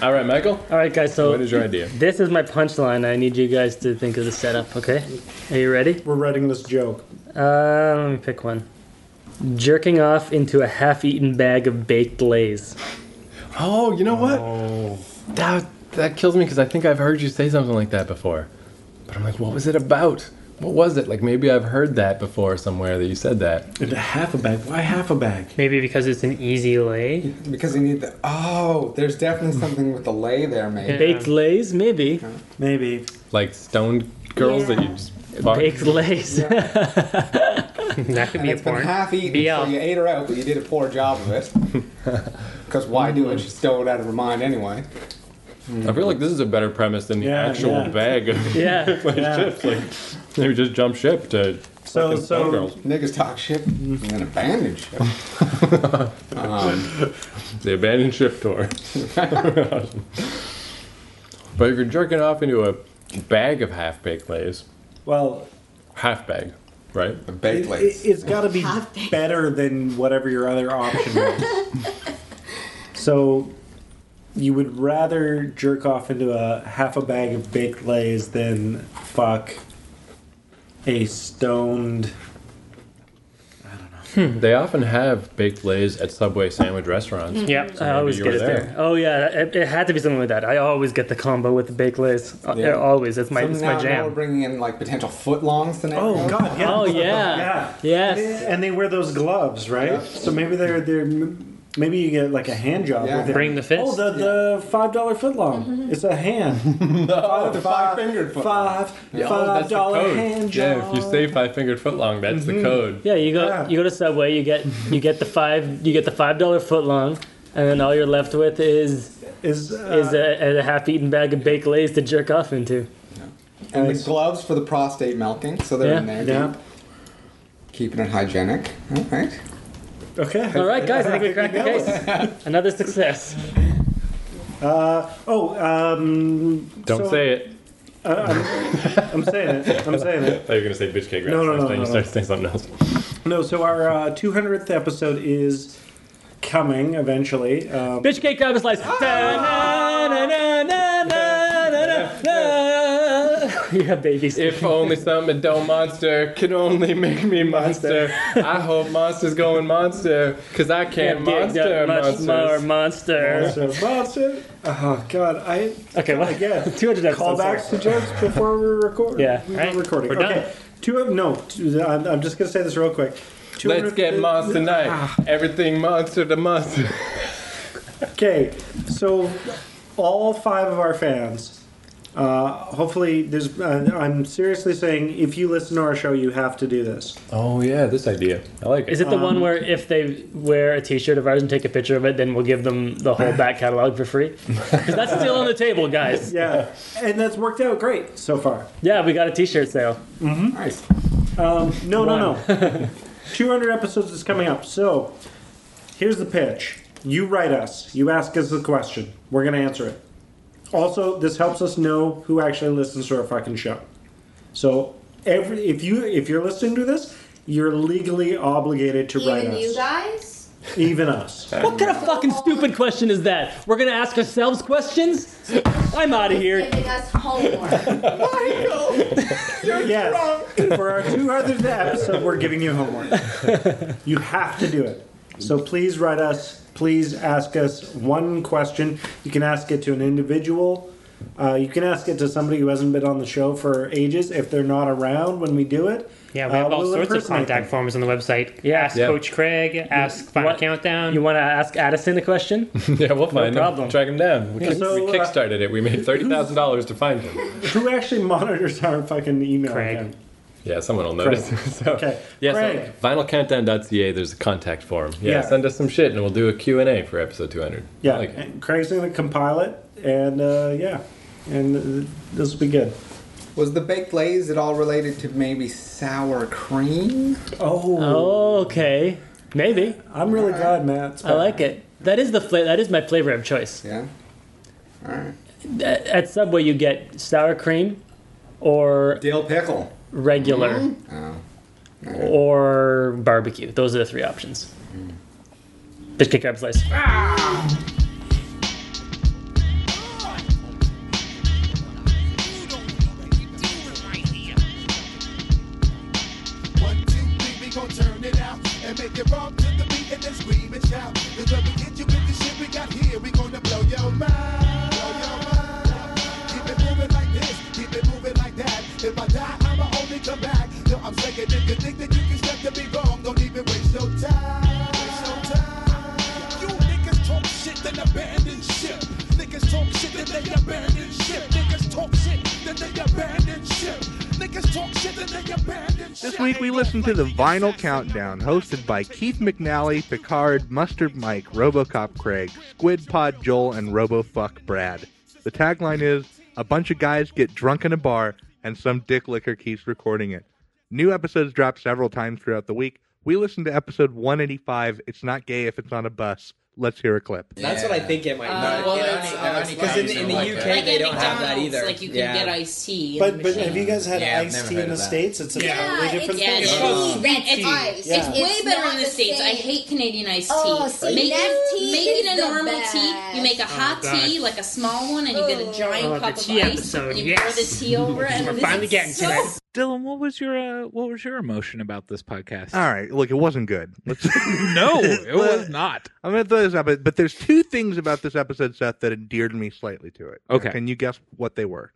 All right, Michael. All right, guys. So What is your idea? This is my punchline. I need you guys to think of the setup. Okay, are you ready? We're writing this joke. Uh, let me pick one. Jerking off into a half-eaten bag of baked lays. Oh, you know what? Oh. That that kills me because I think I've heard you say something like that before. But I'm like, what was it about? What was it? Like maybe I've heard that before somewhere that you said that. Into half a bag. Why half a bag? Maybe because it's an easy lay. Because you need the. Oh, there's definitely something with the lay there, mate. Baked lays, maybe. Maybe. Like stoned girls that you just fuck. Baked lays. That could And be a it's been porn. half eaten, BL. so you ate her out, but you did a poor job of it. Because why do it? She stole it out of her mind anyway. I feel like this is a better premise than the Yeah, actual yeah. bag of yeah. like, Yeah. chips. Like maybe just jump ship to So- fucking stoned so- girls. Niggas talk shit and then abandon shit. Um, Um, The abandoned ship tour. but if you're jerking off into a bag of half baked lays, Well, half bag, right? The baked it, lays. it's got to be Half bag. better than whatever your other option was. so, you would rather jerk off into a half a bag of baked lays than fuck a stoned. Hmm. Hmm. They often have baked lays at Subway sandwich restaurants. Yeah. Hmm. I always you get were it there. there. Oh yeah, it, it had to be something like that. I always get the combo with the baked lays. Uh, Yeah. Always, it's my, So it's now, my now we're jam. bringing in like potential footlongs and Oh God! Yeah. Oh yeah. Yeah. Yes. And they wear those gloves, right? So maybe they're they're maybe you get like a hand job. Yeah. with it. Bring the fist. Oh, the, the five dollar footlong. It's a hand. Oh, the five fingered foot. Five Yeah, oh, five that's the dollar code. hand job. Mm-hmm. Yeah, if you say five fingered footlong, that's the code. Yeah. You go. Yeah. You go to Subway. You get. You get the five. You get the five dollar foot long. And then all you're left with is is is uh, a, a half-eaten bag of baked lays to jerk off into. And the gloves for the prostate milking, so they're Yeah. in there. yeah. Keeping it hygienic. All right. Okay. All right, guys. I think we cracked the case. Another success. Uh, oh, um, Don't So- say it. I'm saying it. I'm saying I it. thought you were going to say bitch cake. No, no, restaurants, then no, no, You no. start saying something else. No, so our uh, 200th episode is coming eventually. Um, Bitch cake grab a slice. Yeah, babies. If only some adult monster could only make me monster. I hope monster's going monster, because I can't Can't dig monster up much more monsters. monster. so, Monster. Oh God, I Okay, well, again. 200 episodes. Callbacks to jokes before we record. Yeah. we Right. were recording. We're done. okay, two of no. Two, I'm, I'm just gonna say this real quick. Let's 200th get monster Ah, night. Everything monster to monster. Okay, so all five of our fans. Uh, hopefully, there's. Uh, I'm seriously saying, if you listen to our show, you have to do this. Oh, yeah, this idea. I like Is it the one where if they wear a T-shirt of ours and take a picture of it, then we'll give them the whole back catalog for free? 'Cause that's still on the table, guys. Yeah, and that's worked out great so far. Yeah, we got a T-shirt sale. Nice. Mm-hmm. Um, no, no, no. 200 episodes is coming up. So here's the pitch you write us, you ask us the question, we're going to answer it. Also, this helps us know who actually listens to our fucking show. So every if you if you're listening to this, you're legally obligated to write Even us, you guys? even us. What kind of fucking stupid question is that? We're gonna ask ourselves questions? I'm out of here. Giving us homework. yes, for our 200th episode, we're giving you homework. you have to do it. So please write us. Please ask us one question. You can ask it to an individual. Uh, you can ask it to somebody who hasn't been on the show for ages if they're not around when we do it. Yeah, we have Uh, all we'll sorts of impersonate contact them. forms on the website. Yeah. Ask Yeah. Coach Craig, ask Final What- Countdown. You want to ask Addison a question? yeah, we'll find problem. him. Track him down. We, kick, so, we uh, kickstarted it. We made thirty thousand dollars to find him. Who actually monitors our fucking email? Craig. account? Yeah, someone will notice. so, Okay. Yeah, Craig. so vinylcountdown.ca. There's a contact form. Yeah, Yeah. send us some shit, and we'll do a Q and A for episode two hundred. Yeah, Like, it. and Craig's gonna compile it, and uh, yeah, and uh, this will be good. Was the baked lays at all related to maybe sour cream? Oh, oh, okay. Maybe. I'm really glad, Matt. It's I like it. That is the fla- that is my flavor of choice. Yeah. All right. At, at Subway, you get sour cream, or Dill pickle. regular, Oh. or barbecue. Those are the three options. Mm. Biscuit crab slice. Ah! One, two, three, we gon' turn it out and make it rock to the beat and then scream and shout. 'Cause when we hit you with the shit we got here, we gonna blow your mind. Blow your mind. Keep it moving like this, keep it moving like that. If I die, I'ma only come back. Yo, I'm saying if you think that you can step to be wrong, don't even waste no time. Waste no time. You niggas talk shit, then abandon ship. Niggas talk shit, then they abandon ship. Niggas talk shit, then they abandon ship. Niggas talk shit, then they abandon ship. This week we listened to the Vinyl Countdown, hosted by Keith McNally, Picard, Mustard Mike, Robocop Craig, Squid Pod Joel, and RoboFuck Brad. The tagline is A bunch of guys get drunk in a bar, and some dick licker keeps recording it. New episodes drop several times throughout the week. We listened to episode 185, It's Not Gay If It's On a Bus. Let's hear a clip. That's what I think it might Uh, be. well, Yeah, it's, I uh, don't- because in, in the like UK that. they at don't have that McDonald's, either. Like you can yeah. get iced tea. in But the but machine. have you guys had Yeah, I've iced never tea heard in the of that. states? It's a yeah, totally it's, different yeah, thing. it's, Oh. that's Sweet tea. ice. Yeah. It's, way It's better not in the the states. I same. hate Canadian iced tea. Oh, see, make that it, tea make is it a the normal best. tea. You make a Oh, hot God. tea, like a small one, and you get a giant Oh, the cup of tea ice, episode, and you yes. pour the tea over it. and We're this finally is getting to so that. Dylan, what was your uh, what was your emotion about this podcast? All right, look, it wasn't good. Let's. No, it was not. I'm gonna throw this up, but there's two things about this episode, Seth, that endeared me slightly to it. Okay. Can you guess what they were?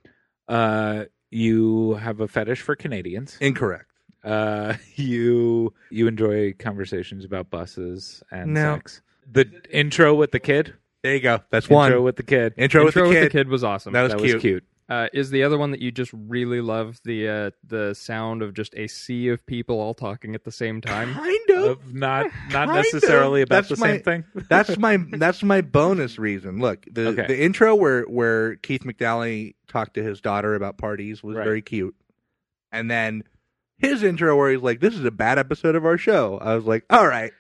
Uh, you have a fetish for Canadians. Incorrect. Uh, you you enjoy conversations about buses and No. sex. The intro with the kid. There you go. That's Intro one. with the kid. Intro with the kid. was awesome. That was cute. Uh, is the other one that you just really love the uh, the sound of just a sea of people all talking at the same time? Kind of. Uh, not not Kind necessarily of. about That's the my- same thing. that's my that's my bonus reason. Look, the Okay. the intro where where Keith McNally talked to his daughter about parties was Right. very cute, and then his intro where he's like, "This is a bad episode of our show." I was like, "All right."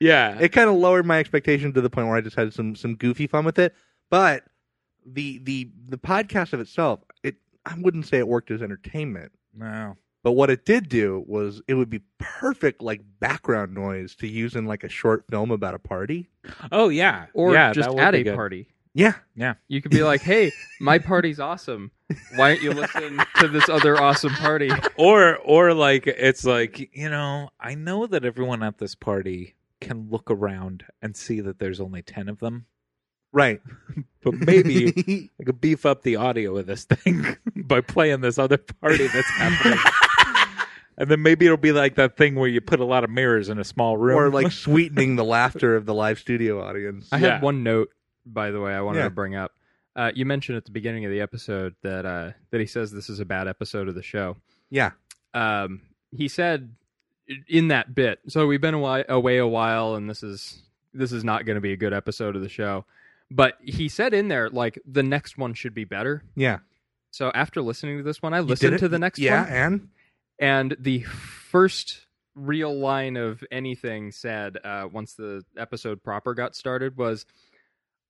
yeah. it kind of lowered my expectations to the point where I just had some some goofy fun with it. But the the the podcast of itself, it I wouldn't say it worked as entertainment, no. but what it did do was it would be perfect like background noise to use in like a short film about a party. Oh yeah. Or yeah, just that would at be a good. party. Yeah, You could be like, "Hey, my party's awesome. Why don't you listen to this other awesome party?" or or like it's like you know i know that everyone at this party can look around and see that there's only 10 of them right. but maybe i could beef up the audio of this thing by playing this other party that's happening and then maybe it'll be like that thing where you put a lot of mirrors in a small room or like sweetening the laughter of the live studio audience. I Yeah. had one note, by the way, I wanted Yeah. to bring up. Uh, you mentioned at the beginning of the episode that uh, that he says this is a bad episode of the show. Yeah. Um, he said in that bit. So we've been away, away a while, and this is this is not going to be a good episode of the show. But he said in there like the next one should be better. Yeah, So after listening to this one, I You listened did to it? the next yeah, one, and and the first real line of anything said uh, once the episode proper got started was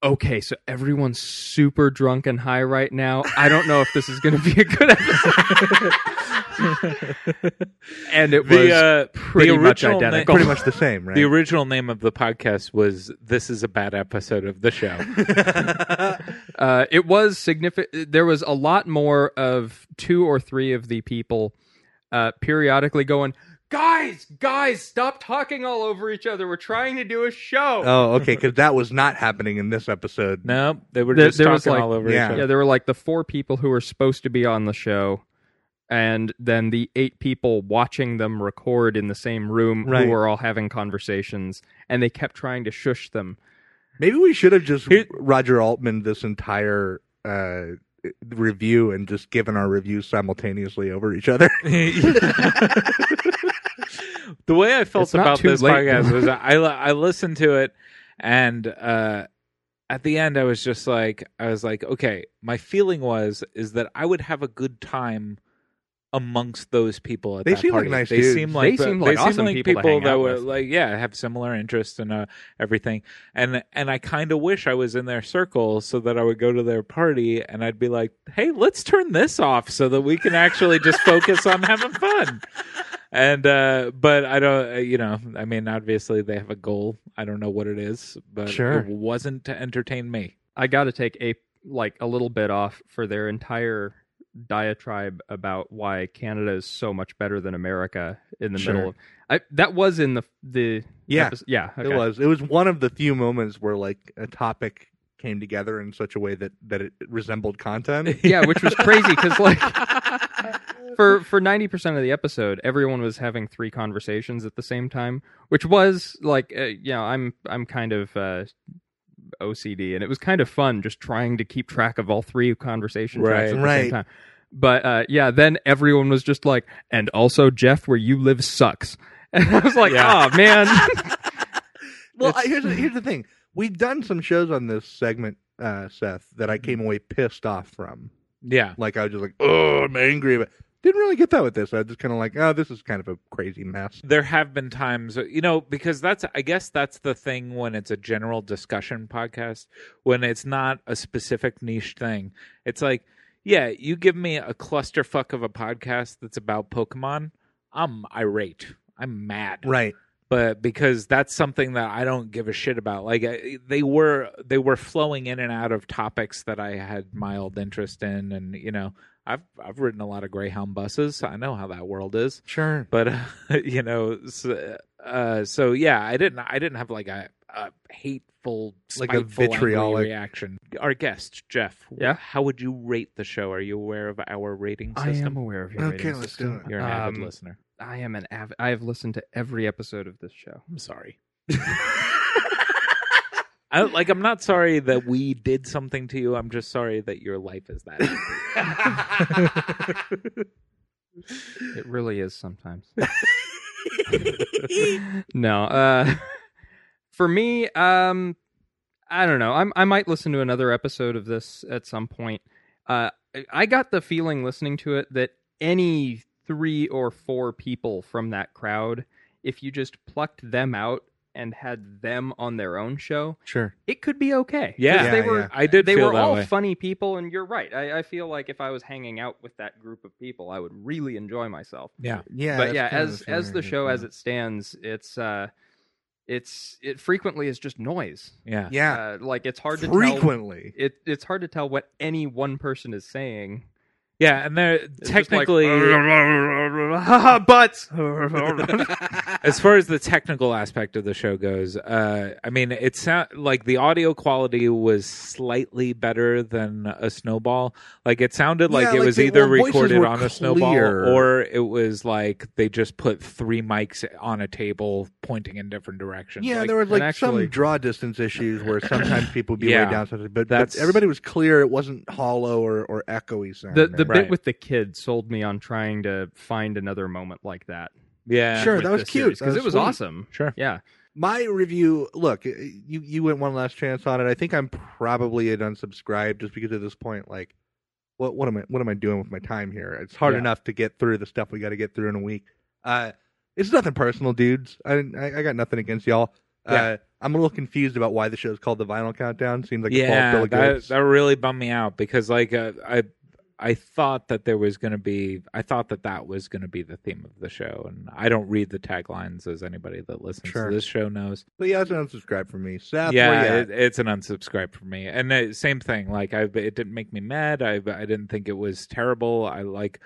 okay so everyone's super drunk and high right now i don't know if this is going to be a good episode and it was the, uh, pretty the much original na- identical pretty much the same, right? the original name of the podcast was this is a bad episode of the show uh, it was significant there was a lot more of two or three of the people uh, periodically going guys, guys, stop talking all over each other. We're trying to do a show. Oh, okay, because that was not happening in this episode. No, they were There- just there talking was like, all over yeah. each other. Yeah, there were like the four people who were supposed to be on the show, and then the eight people watching them record in the same room Right. who were all having conversations, and they kept trying to shush them. Maybe we should have just Roger Altman this entire uh, review and just given our reviews simultaneously over each other. the way I felt It's not about too this late. podcast was I I listened to it and uh, at the end I was just like I was like okay my feeling was is that I would have a good time amongst those people at They that seem like party. nice they dudes. seem like They the- seem like they seem awesome like people to hang that out were with. like yeah have similar interests and uh, everything and and I kind of wish I was in their circle so that I would go to their party and I'd be like hey let's turn this off so that we can actually just focus on having fun and uh but i don't uh, you know i mean obviously they have a goal i don't know what it is but Sure. it wasn't to entertain me I got to take a like a little bit off for their entire diatribe about why Canada is so much better than America in the Sure. middle of I, that was in the the Yeah, epis- yeah okay. it was. It was one of the few moments where like a topic came together in such a way that that it resembled content. yeah, which was crazy because like for for ninety percent of the episode, everyone was having three conversations at the same time, which was like uh, you know I'm I'm kind of uh, OCD, and it was kind of fun just trying to keep track of all three conversation tracks Right. at the Right. same time. But uh, yeah, then everyone was just like, and also Jeff, where you live sucks. And I was like, oh man. well, I, here's the, here's the thing. We've done some shows on this segment, uh, Seth, that I came away pissed off from. Yeah, like I was just like, oh, I'm angry. But didn't really get that with this. I was just kind of like, oh, this is kind of a crazy mess. there have been times you know because that's i guess that's the thing when it's a general discussion podcast when it's not a specific niche thing it's like yeah you give me a clusterfuck of a podcast that's about pokemon i'm irate i'm mad right but because that's something that i don't give a shit about like I, they were they were flowing in and out of topics that i had mild interest in and you know i've i've ridden a lot of greyhound buses i know how that world is Sure. but uh, you know so, uh so yeah i didn't i didn't have like a, a hateful Like a spiteful, angry vitriolic- reaction our guest jeff yeah how would you rate the show are you aware of our rating I am system aware of your rating Okay, let's system. do it. you're an avid Um, listener I am an avid. I have listened to every episode of this show. I'm sorry. I, like I'm not sorry that we did something to you. I'm just sorry that your life is that. It really is sometimes. no, uh, for me, um, I don't know. I'm, I might listen to another episode of this at some point. Uh, I- I got the feeling listening to it that any three or four people from that crowd, if you just plucked them out and had them on their own show, Sure. it could be okay. 'Cause Yeah. they Yeah, were. yeah. I did They feel were that all way. funny people, and you're right. I, I feel like if I was hanging out with that group of people, I would really enjoy myself. Yeah. Yeah, But that's yeah, kind of as the as feeling the I get show as it stands, it's uh, it's it frequently is just noise. Yeah. Yeah. Uh, like it's hard to Frequently. Tell, it it's hard to tell what any one person is saying. yeah, and they're It's just like, technically butts. as far as the technical aspect of the show goes, uh, I mean, it sound like the audio quality was slightly better than a snowball. Like it sounded like Yeah, it like was the- either well, voices recorded were on a snowball clear. or it was like they just put three mics on a table pointing in different directions. Yeah, there was like and some draw distance issues where sometimes people would be Yeah. way down, sometimes- but, but That's- everybody was clear. It wasn't hollow or, or echoey sound. The the Right. bit with the kid sold me on trying to find another moment like that. Yeah. Sure, that was cute. That because was it was sweet. awesome. Sure. Yeah. my review look you you went one last chance on it i think i'm probably an unsubscribe just because at this point like what what am i what am i doing with my time here it's hard Yeah. enough to get through the stuff we got to get through in a week uh it's nothing personal dudes i i, I got nothing against y'all Yeah. uh i'm a little confused about why the show's called the vinyl countdown seems like a false yeah, bill of that, goods that really bummed me out because like uh, I I thought that there was going to be I thought that that was going to be the theme of the show, and I don't read the taglines as anybody that listens Sure. to this show knows. but yeah it's an unsubscribe for me Seth, where yeah, you at? it, it's an unsubscribe for me, and uh, same thing. Like I, it didn't make me mad. I I didn't think it was terrible. I like.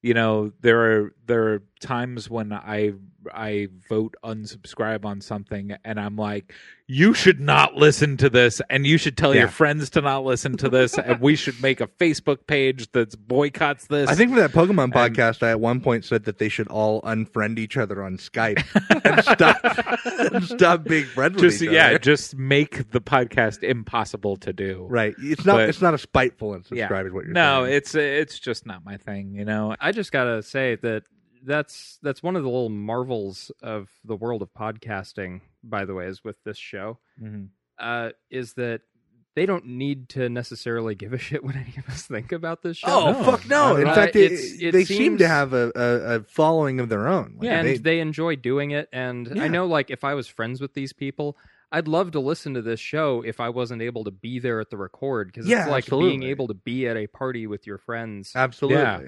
You know, there are there are times when I I vote unsubscribe on something and I'm like, you should not listen to this, and you should tell Yeah. your friends to not listen to this, and we should make a Facebook page that boycotts this. I think for that Pokemon podcast, I at one point said that they should all unfriend each other on Skype and stop and stop being friends just with each yeah, other. just make the podcast impossible to do. Right. It's not. But- it's not a spiteful unsubscribe. Yeah. Is what you're no, saying. it's it's just not my thing. You know, I just gotta say that that's that's one of the little marvels of the world of podcasting. By the way, is with this show, Mm-hmm. Mhm. uh, is that they don't need to necessarily give a shit what any of us think about this show. Oh fuck no! In Uh, fact, it, it's- it they seem seems- to have a, a, a following of their own. Like, yeah, and they- they, enjoy doing it. And Yeah. I know, like, if I was friends with these people, I'd love to listen to this show if I wasn't able to be there at the record because Yeah, it's like being absolutely. able to be at a party with your friends. Absolutely. Uh,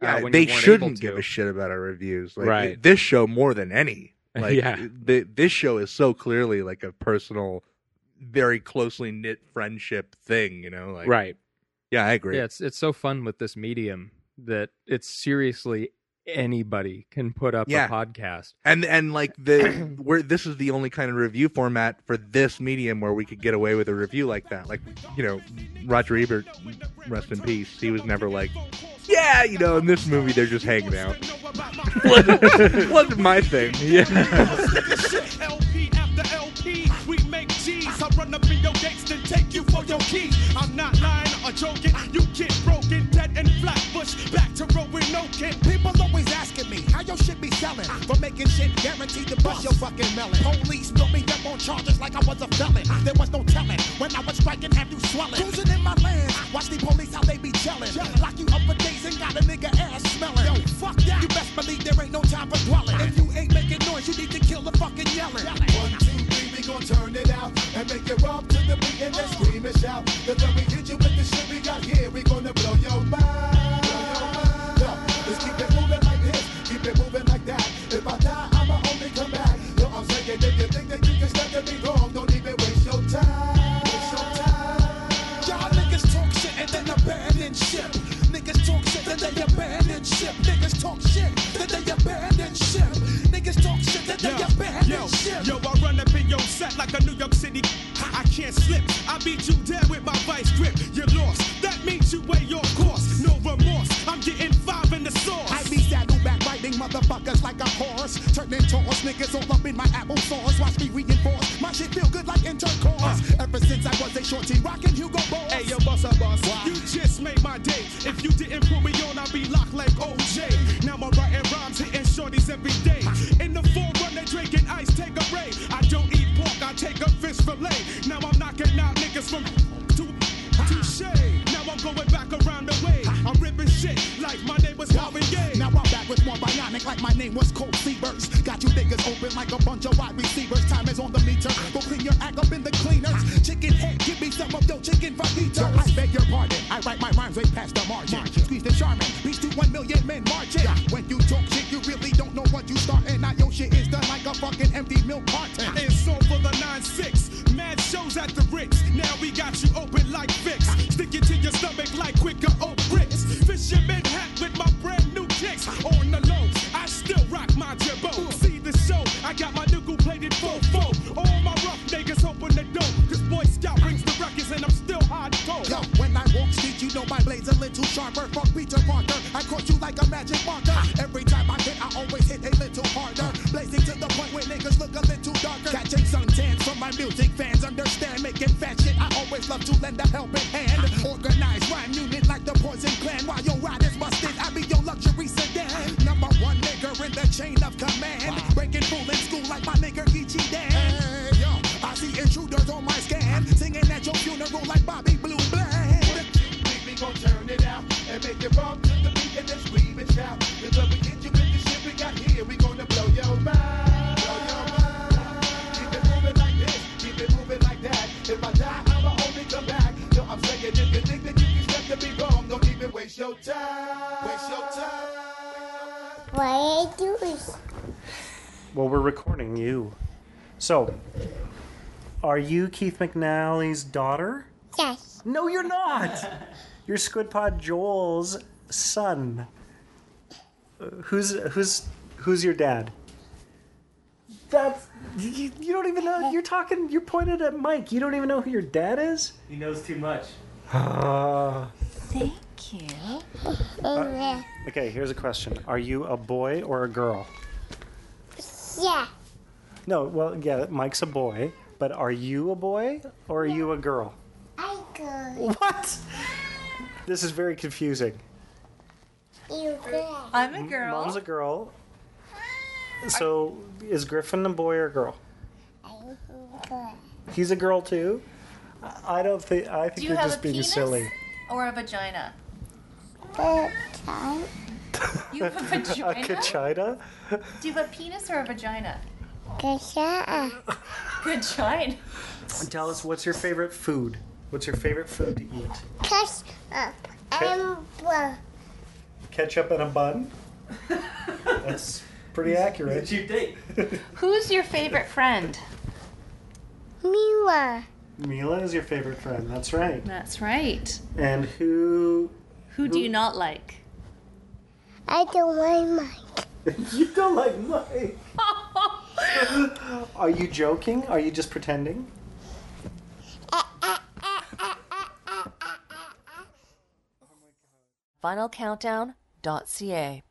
Yeah, when you they weren't able shouldn't to. give a shit about our reviews. Like Right. this show more than any. Like Yeah. th- this show is so clearly like a personal, very closely knit friendship thing, you know? Like Yeah, I agree. Yeah, it's it's so fun with this medium that it's seriously anybody can put up Yeah. a podcast. And and like the where this is the only kind of review format for this medium where we could get away with a review like that. Like you know, Roger Ebert, rest in peace. He was never like, yeah, you know, in this movie they're just hanging out. Wasn't my thing. Yeah. LP after LP, we make G's. I run up in your gates and take you for your keys. I'm not lying or joking. You get broken, dead and flatbush. Back to Roanoke. People always asking me how your shit be selling. For making shit guaranteed to bust your fucking melon. Police put me up on charges like I was a felon. There was no telling when I was striking, have you swelling. Cruising in my land, watch the police how they be telling. Lock you up for days and got a nigga ass smelling. Yo, fuck that. You best believe there ain't no time for dwelling. If you ain't making noise, you need to kill the fucking yelling. One, two, three, we gon' turn it out and make it rock to the beat and then scream and shout. Cause when we hit you with the shit we got here, we gonna blow your mind. Blow your mind. Yo, let's keep it moving like this, keep it moving like that. If I die, I'ma only come back. Yo, I'm saying if you think that you can step to me wrong, don't even waste your time. Waste your time. Y'all niggas talk shit and then abandon ship. Niggas talk shit, then they abandon ship. Niggas talk shit, then they abandon ship. Niggas talk shit, then they abandon ship. Yo, I run up in your set like a New York City. I can't slip. I beat you down with my vice grip. You're lost. That means you way your course. No remorse. I'm getting five in the sauce. I be saddleback riding motherfuckers like a horse. Turning taurus niggas all up in my applesauce. Watch me reinforce. My shit feel good like intercourse. Ever since I was a shorty rockin' Hugo Boss. Hey, yo, boss, up, boss. You just made my day. If you didn't put me on, I'd be locked like OJ. Now I'm writing rhymes, hitting shorties every day. In the forerunner, drinking ice, take a ray. I don't eat pork, I take a fish fillet. Now I'm knocking out niggas from to touche. Now I'm going back around the way. I'm ripping shit like my name was Calvin Gaye. Now I'm back with more bionic like my name was Colt Severs. Got you niggas open like a bunch of wide receivers. Time is on the meter. Go clean your act up in the cleaners. Chicken head, give me some of your chicken fajitas. I beg your pardon. I write my rhymes way past the margin. Squeeze the charmin. Reach to one million men marching. When you talk shit, you really don't know what you starting. Now your shit is done like a fucking empty milk carton. It's all for the 9-6. Mad shows at the Ritz. Now we got you open like Vicks. Stick it to your stomach like quicker old bricks. Fisherman hat with my brand new kicks. On the low, I still rock my jibbo. See the show, I got my nickel plated fofo. All my rough niggas open the door. Cause Boy Scout brings the records and I'm still hard cold. Yo, when I walk street, you know my blade's a little sharper. Fuck Peter Parker. I caught you like a magic marker. Every time I hit, I always hit a little harder. Blazing to the point where niggas look a little darker. Catching suntans from my music fans. Understand, making fat shit. I always love to lend a helping hand. Organized rhyme unit like the poison clan. While your riders busted, I be your luxury sedan. Number one nigga in the chain of command. Breaking fool in school like my nigga Ichi Dan. Hey, yo, I see intruders on my scan. Singing at your funeral like Bobby Blue Bland. We gon' turn it out and make it bump to the beat and then scream and shout. Cause when we hit you with the shit we got here, we gonna blow your mind. Blow your mind. Keep it moving like this, keep it moving like that. If I die, I'ma only come back. Yo, I'm saying if you think that you can step to me wrong, don't even waste your time. Waste your time. What are you doing? Well, we're recording you. So, are you Keith McNally's daughter? Yes. No, you're not. You're Squidpod Joel's son. Uh, who's who's Who's your dad? That's you, you don't even know. You're talking. You're pointed at Mike. You don't even know who your dad is. He knows too much. Ah. Thank you. Uh, okay, here's a question: Are you a boy or a girl? yeah. No. Well, yeah, Mike's a boy, but are you a boy or are you a girl? I go. What? This is very confusing. You go. I'm a girl. Mom's a girl. So, is Griffin a boy or a girl? I'm good. He's a girl too. I I don't think. I think Do you you're have just a being penis? silly. Or a vagina. Bedtime. You have a A vagina? Kachina? Do you have a penis or a vagina? Kasha. Vagina. Tell us what's your favorite food? What's your favorite food to eat? Cash up. I'm well. Ketchup and a bun? That's pretty accurate. cheap date. Who's your favorite friend? Mila. Mila is your favorite friend, that's right. That's right. And who Who do you not like? I don't like mine. You don't like Mike. Are you joking? Are you just pretending? Final Countdown.ca.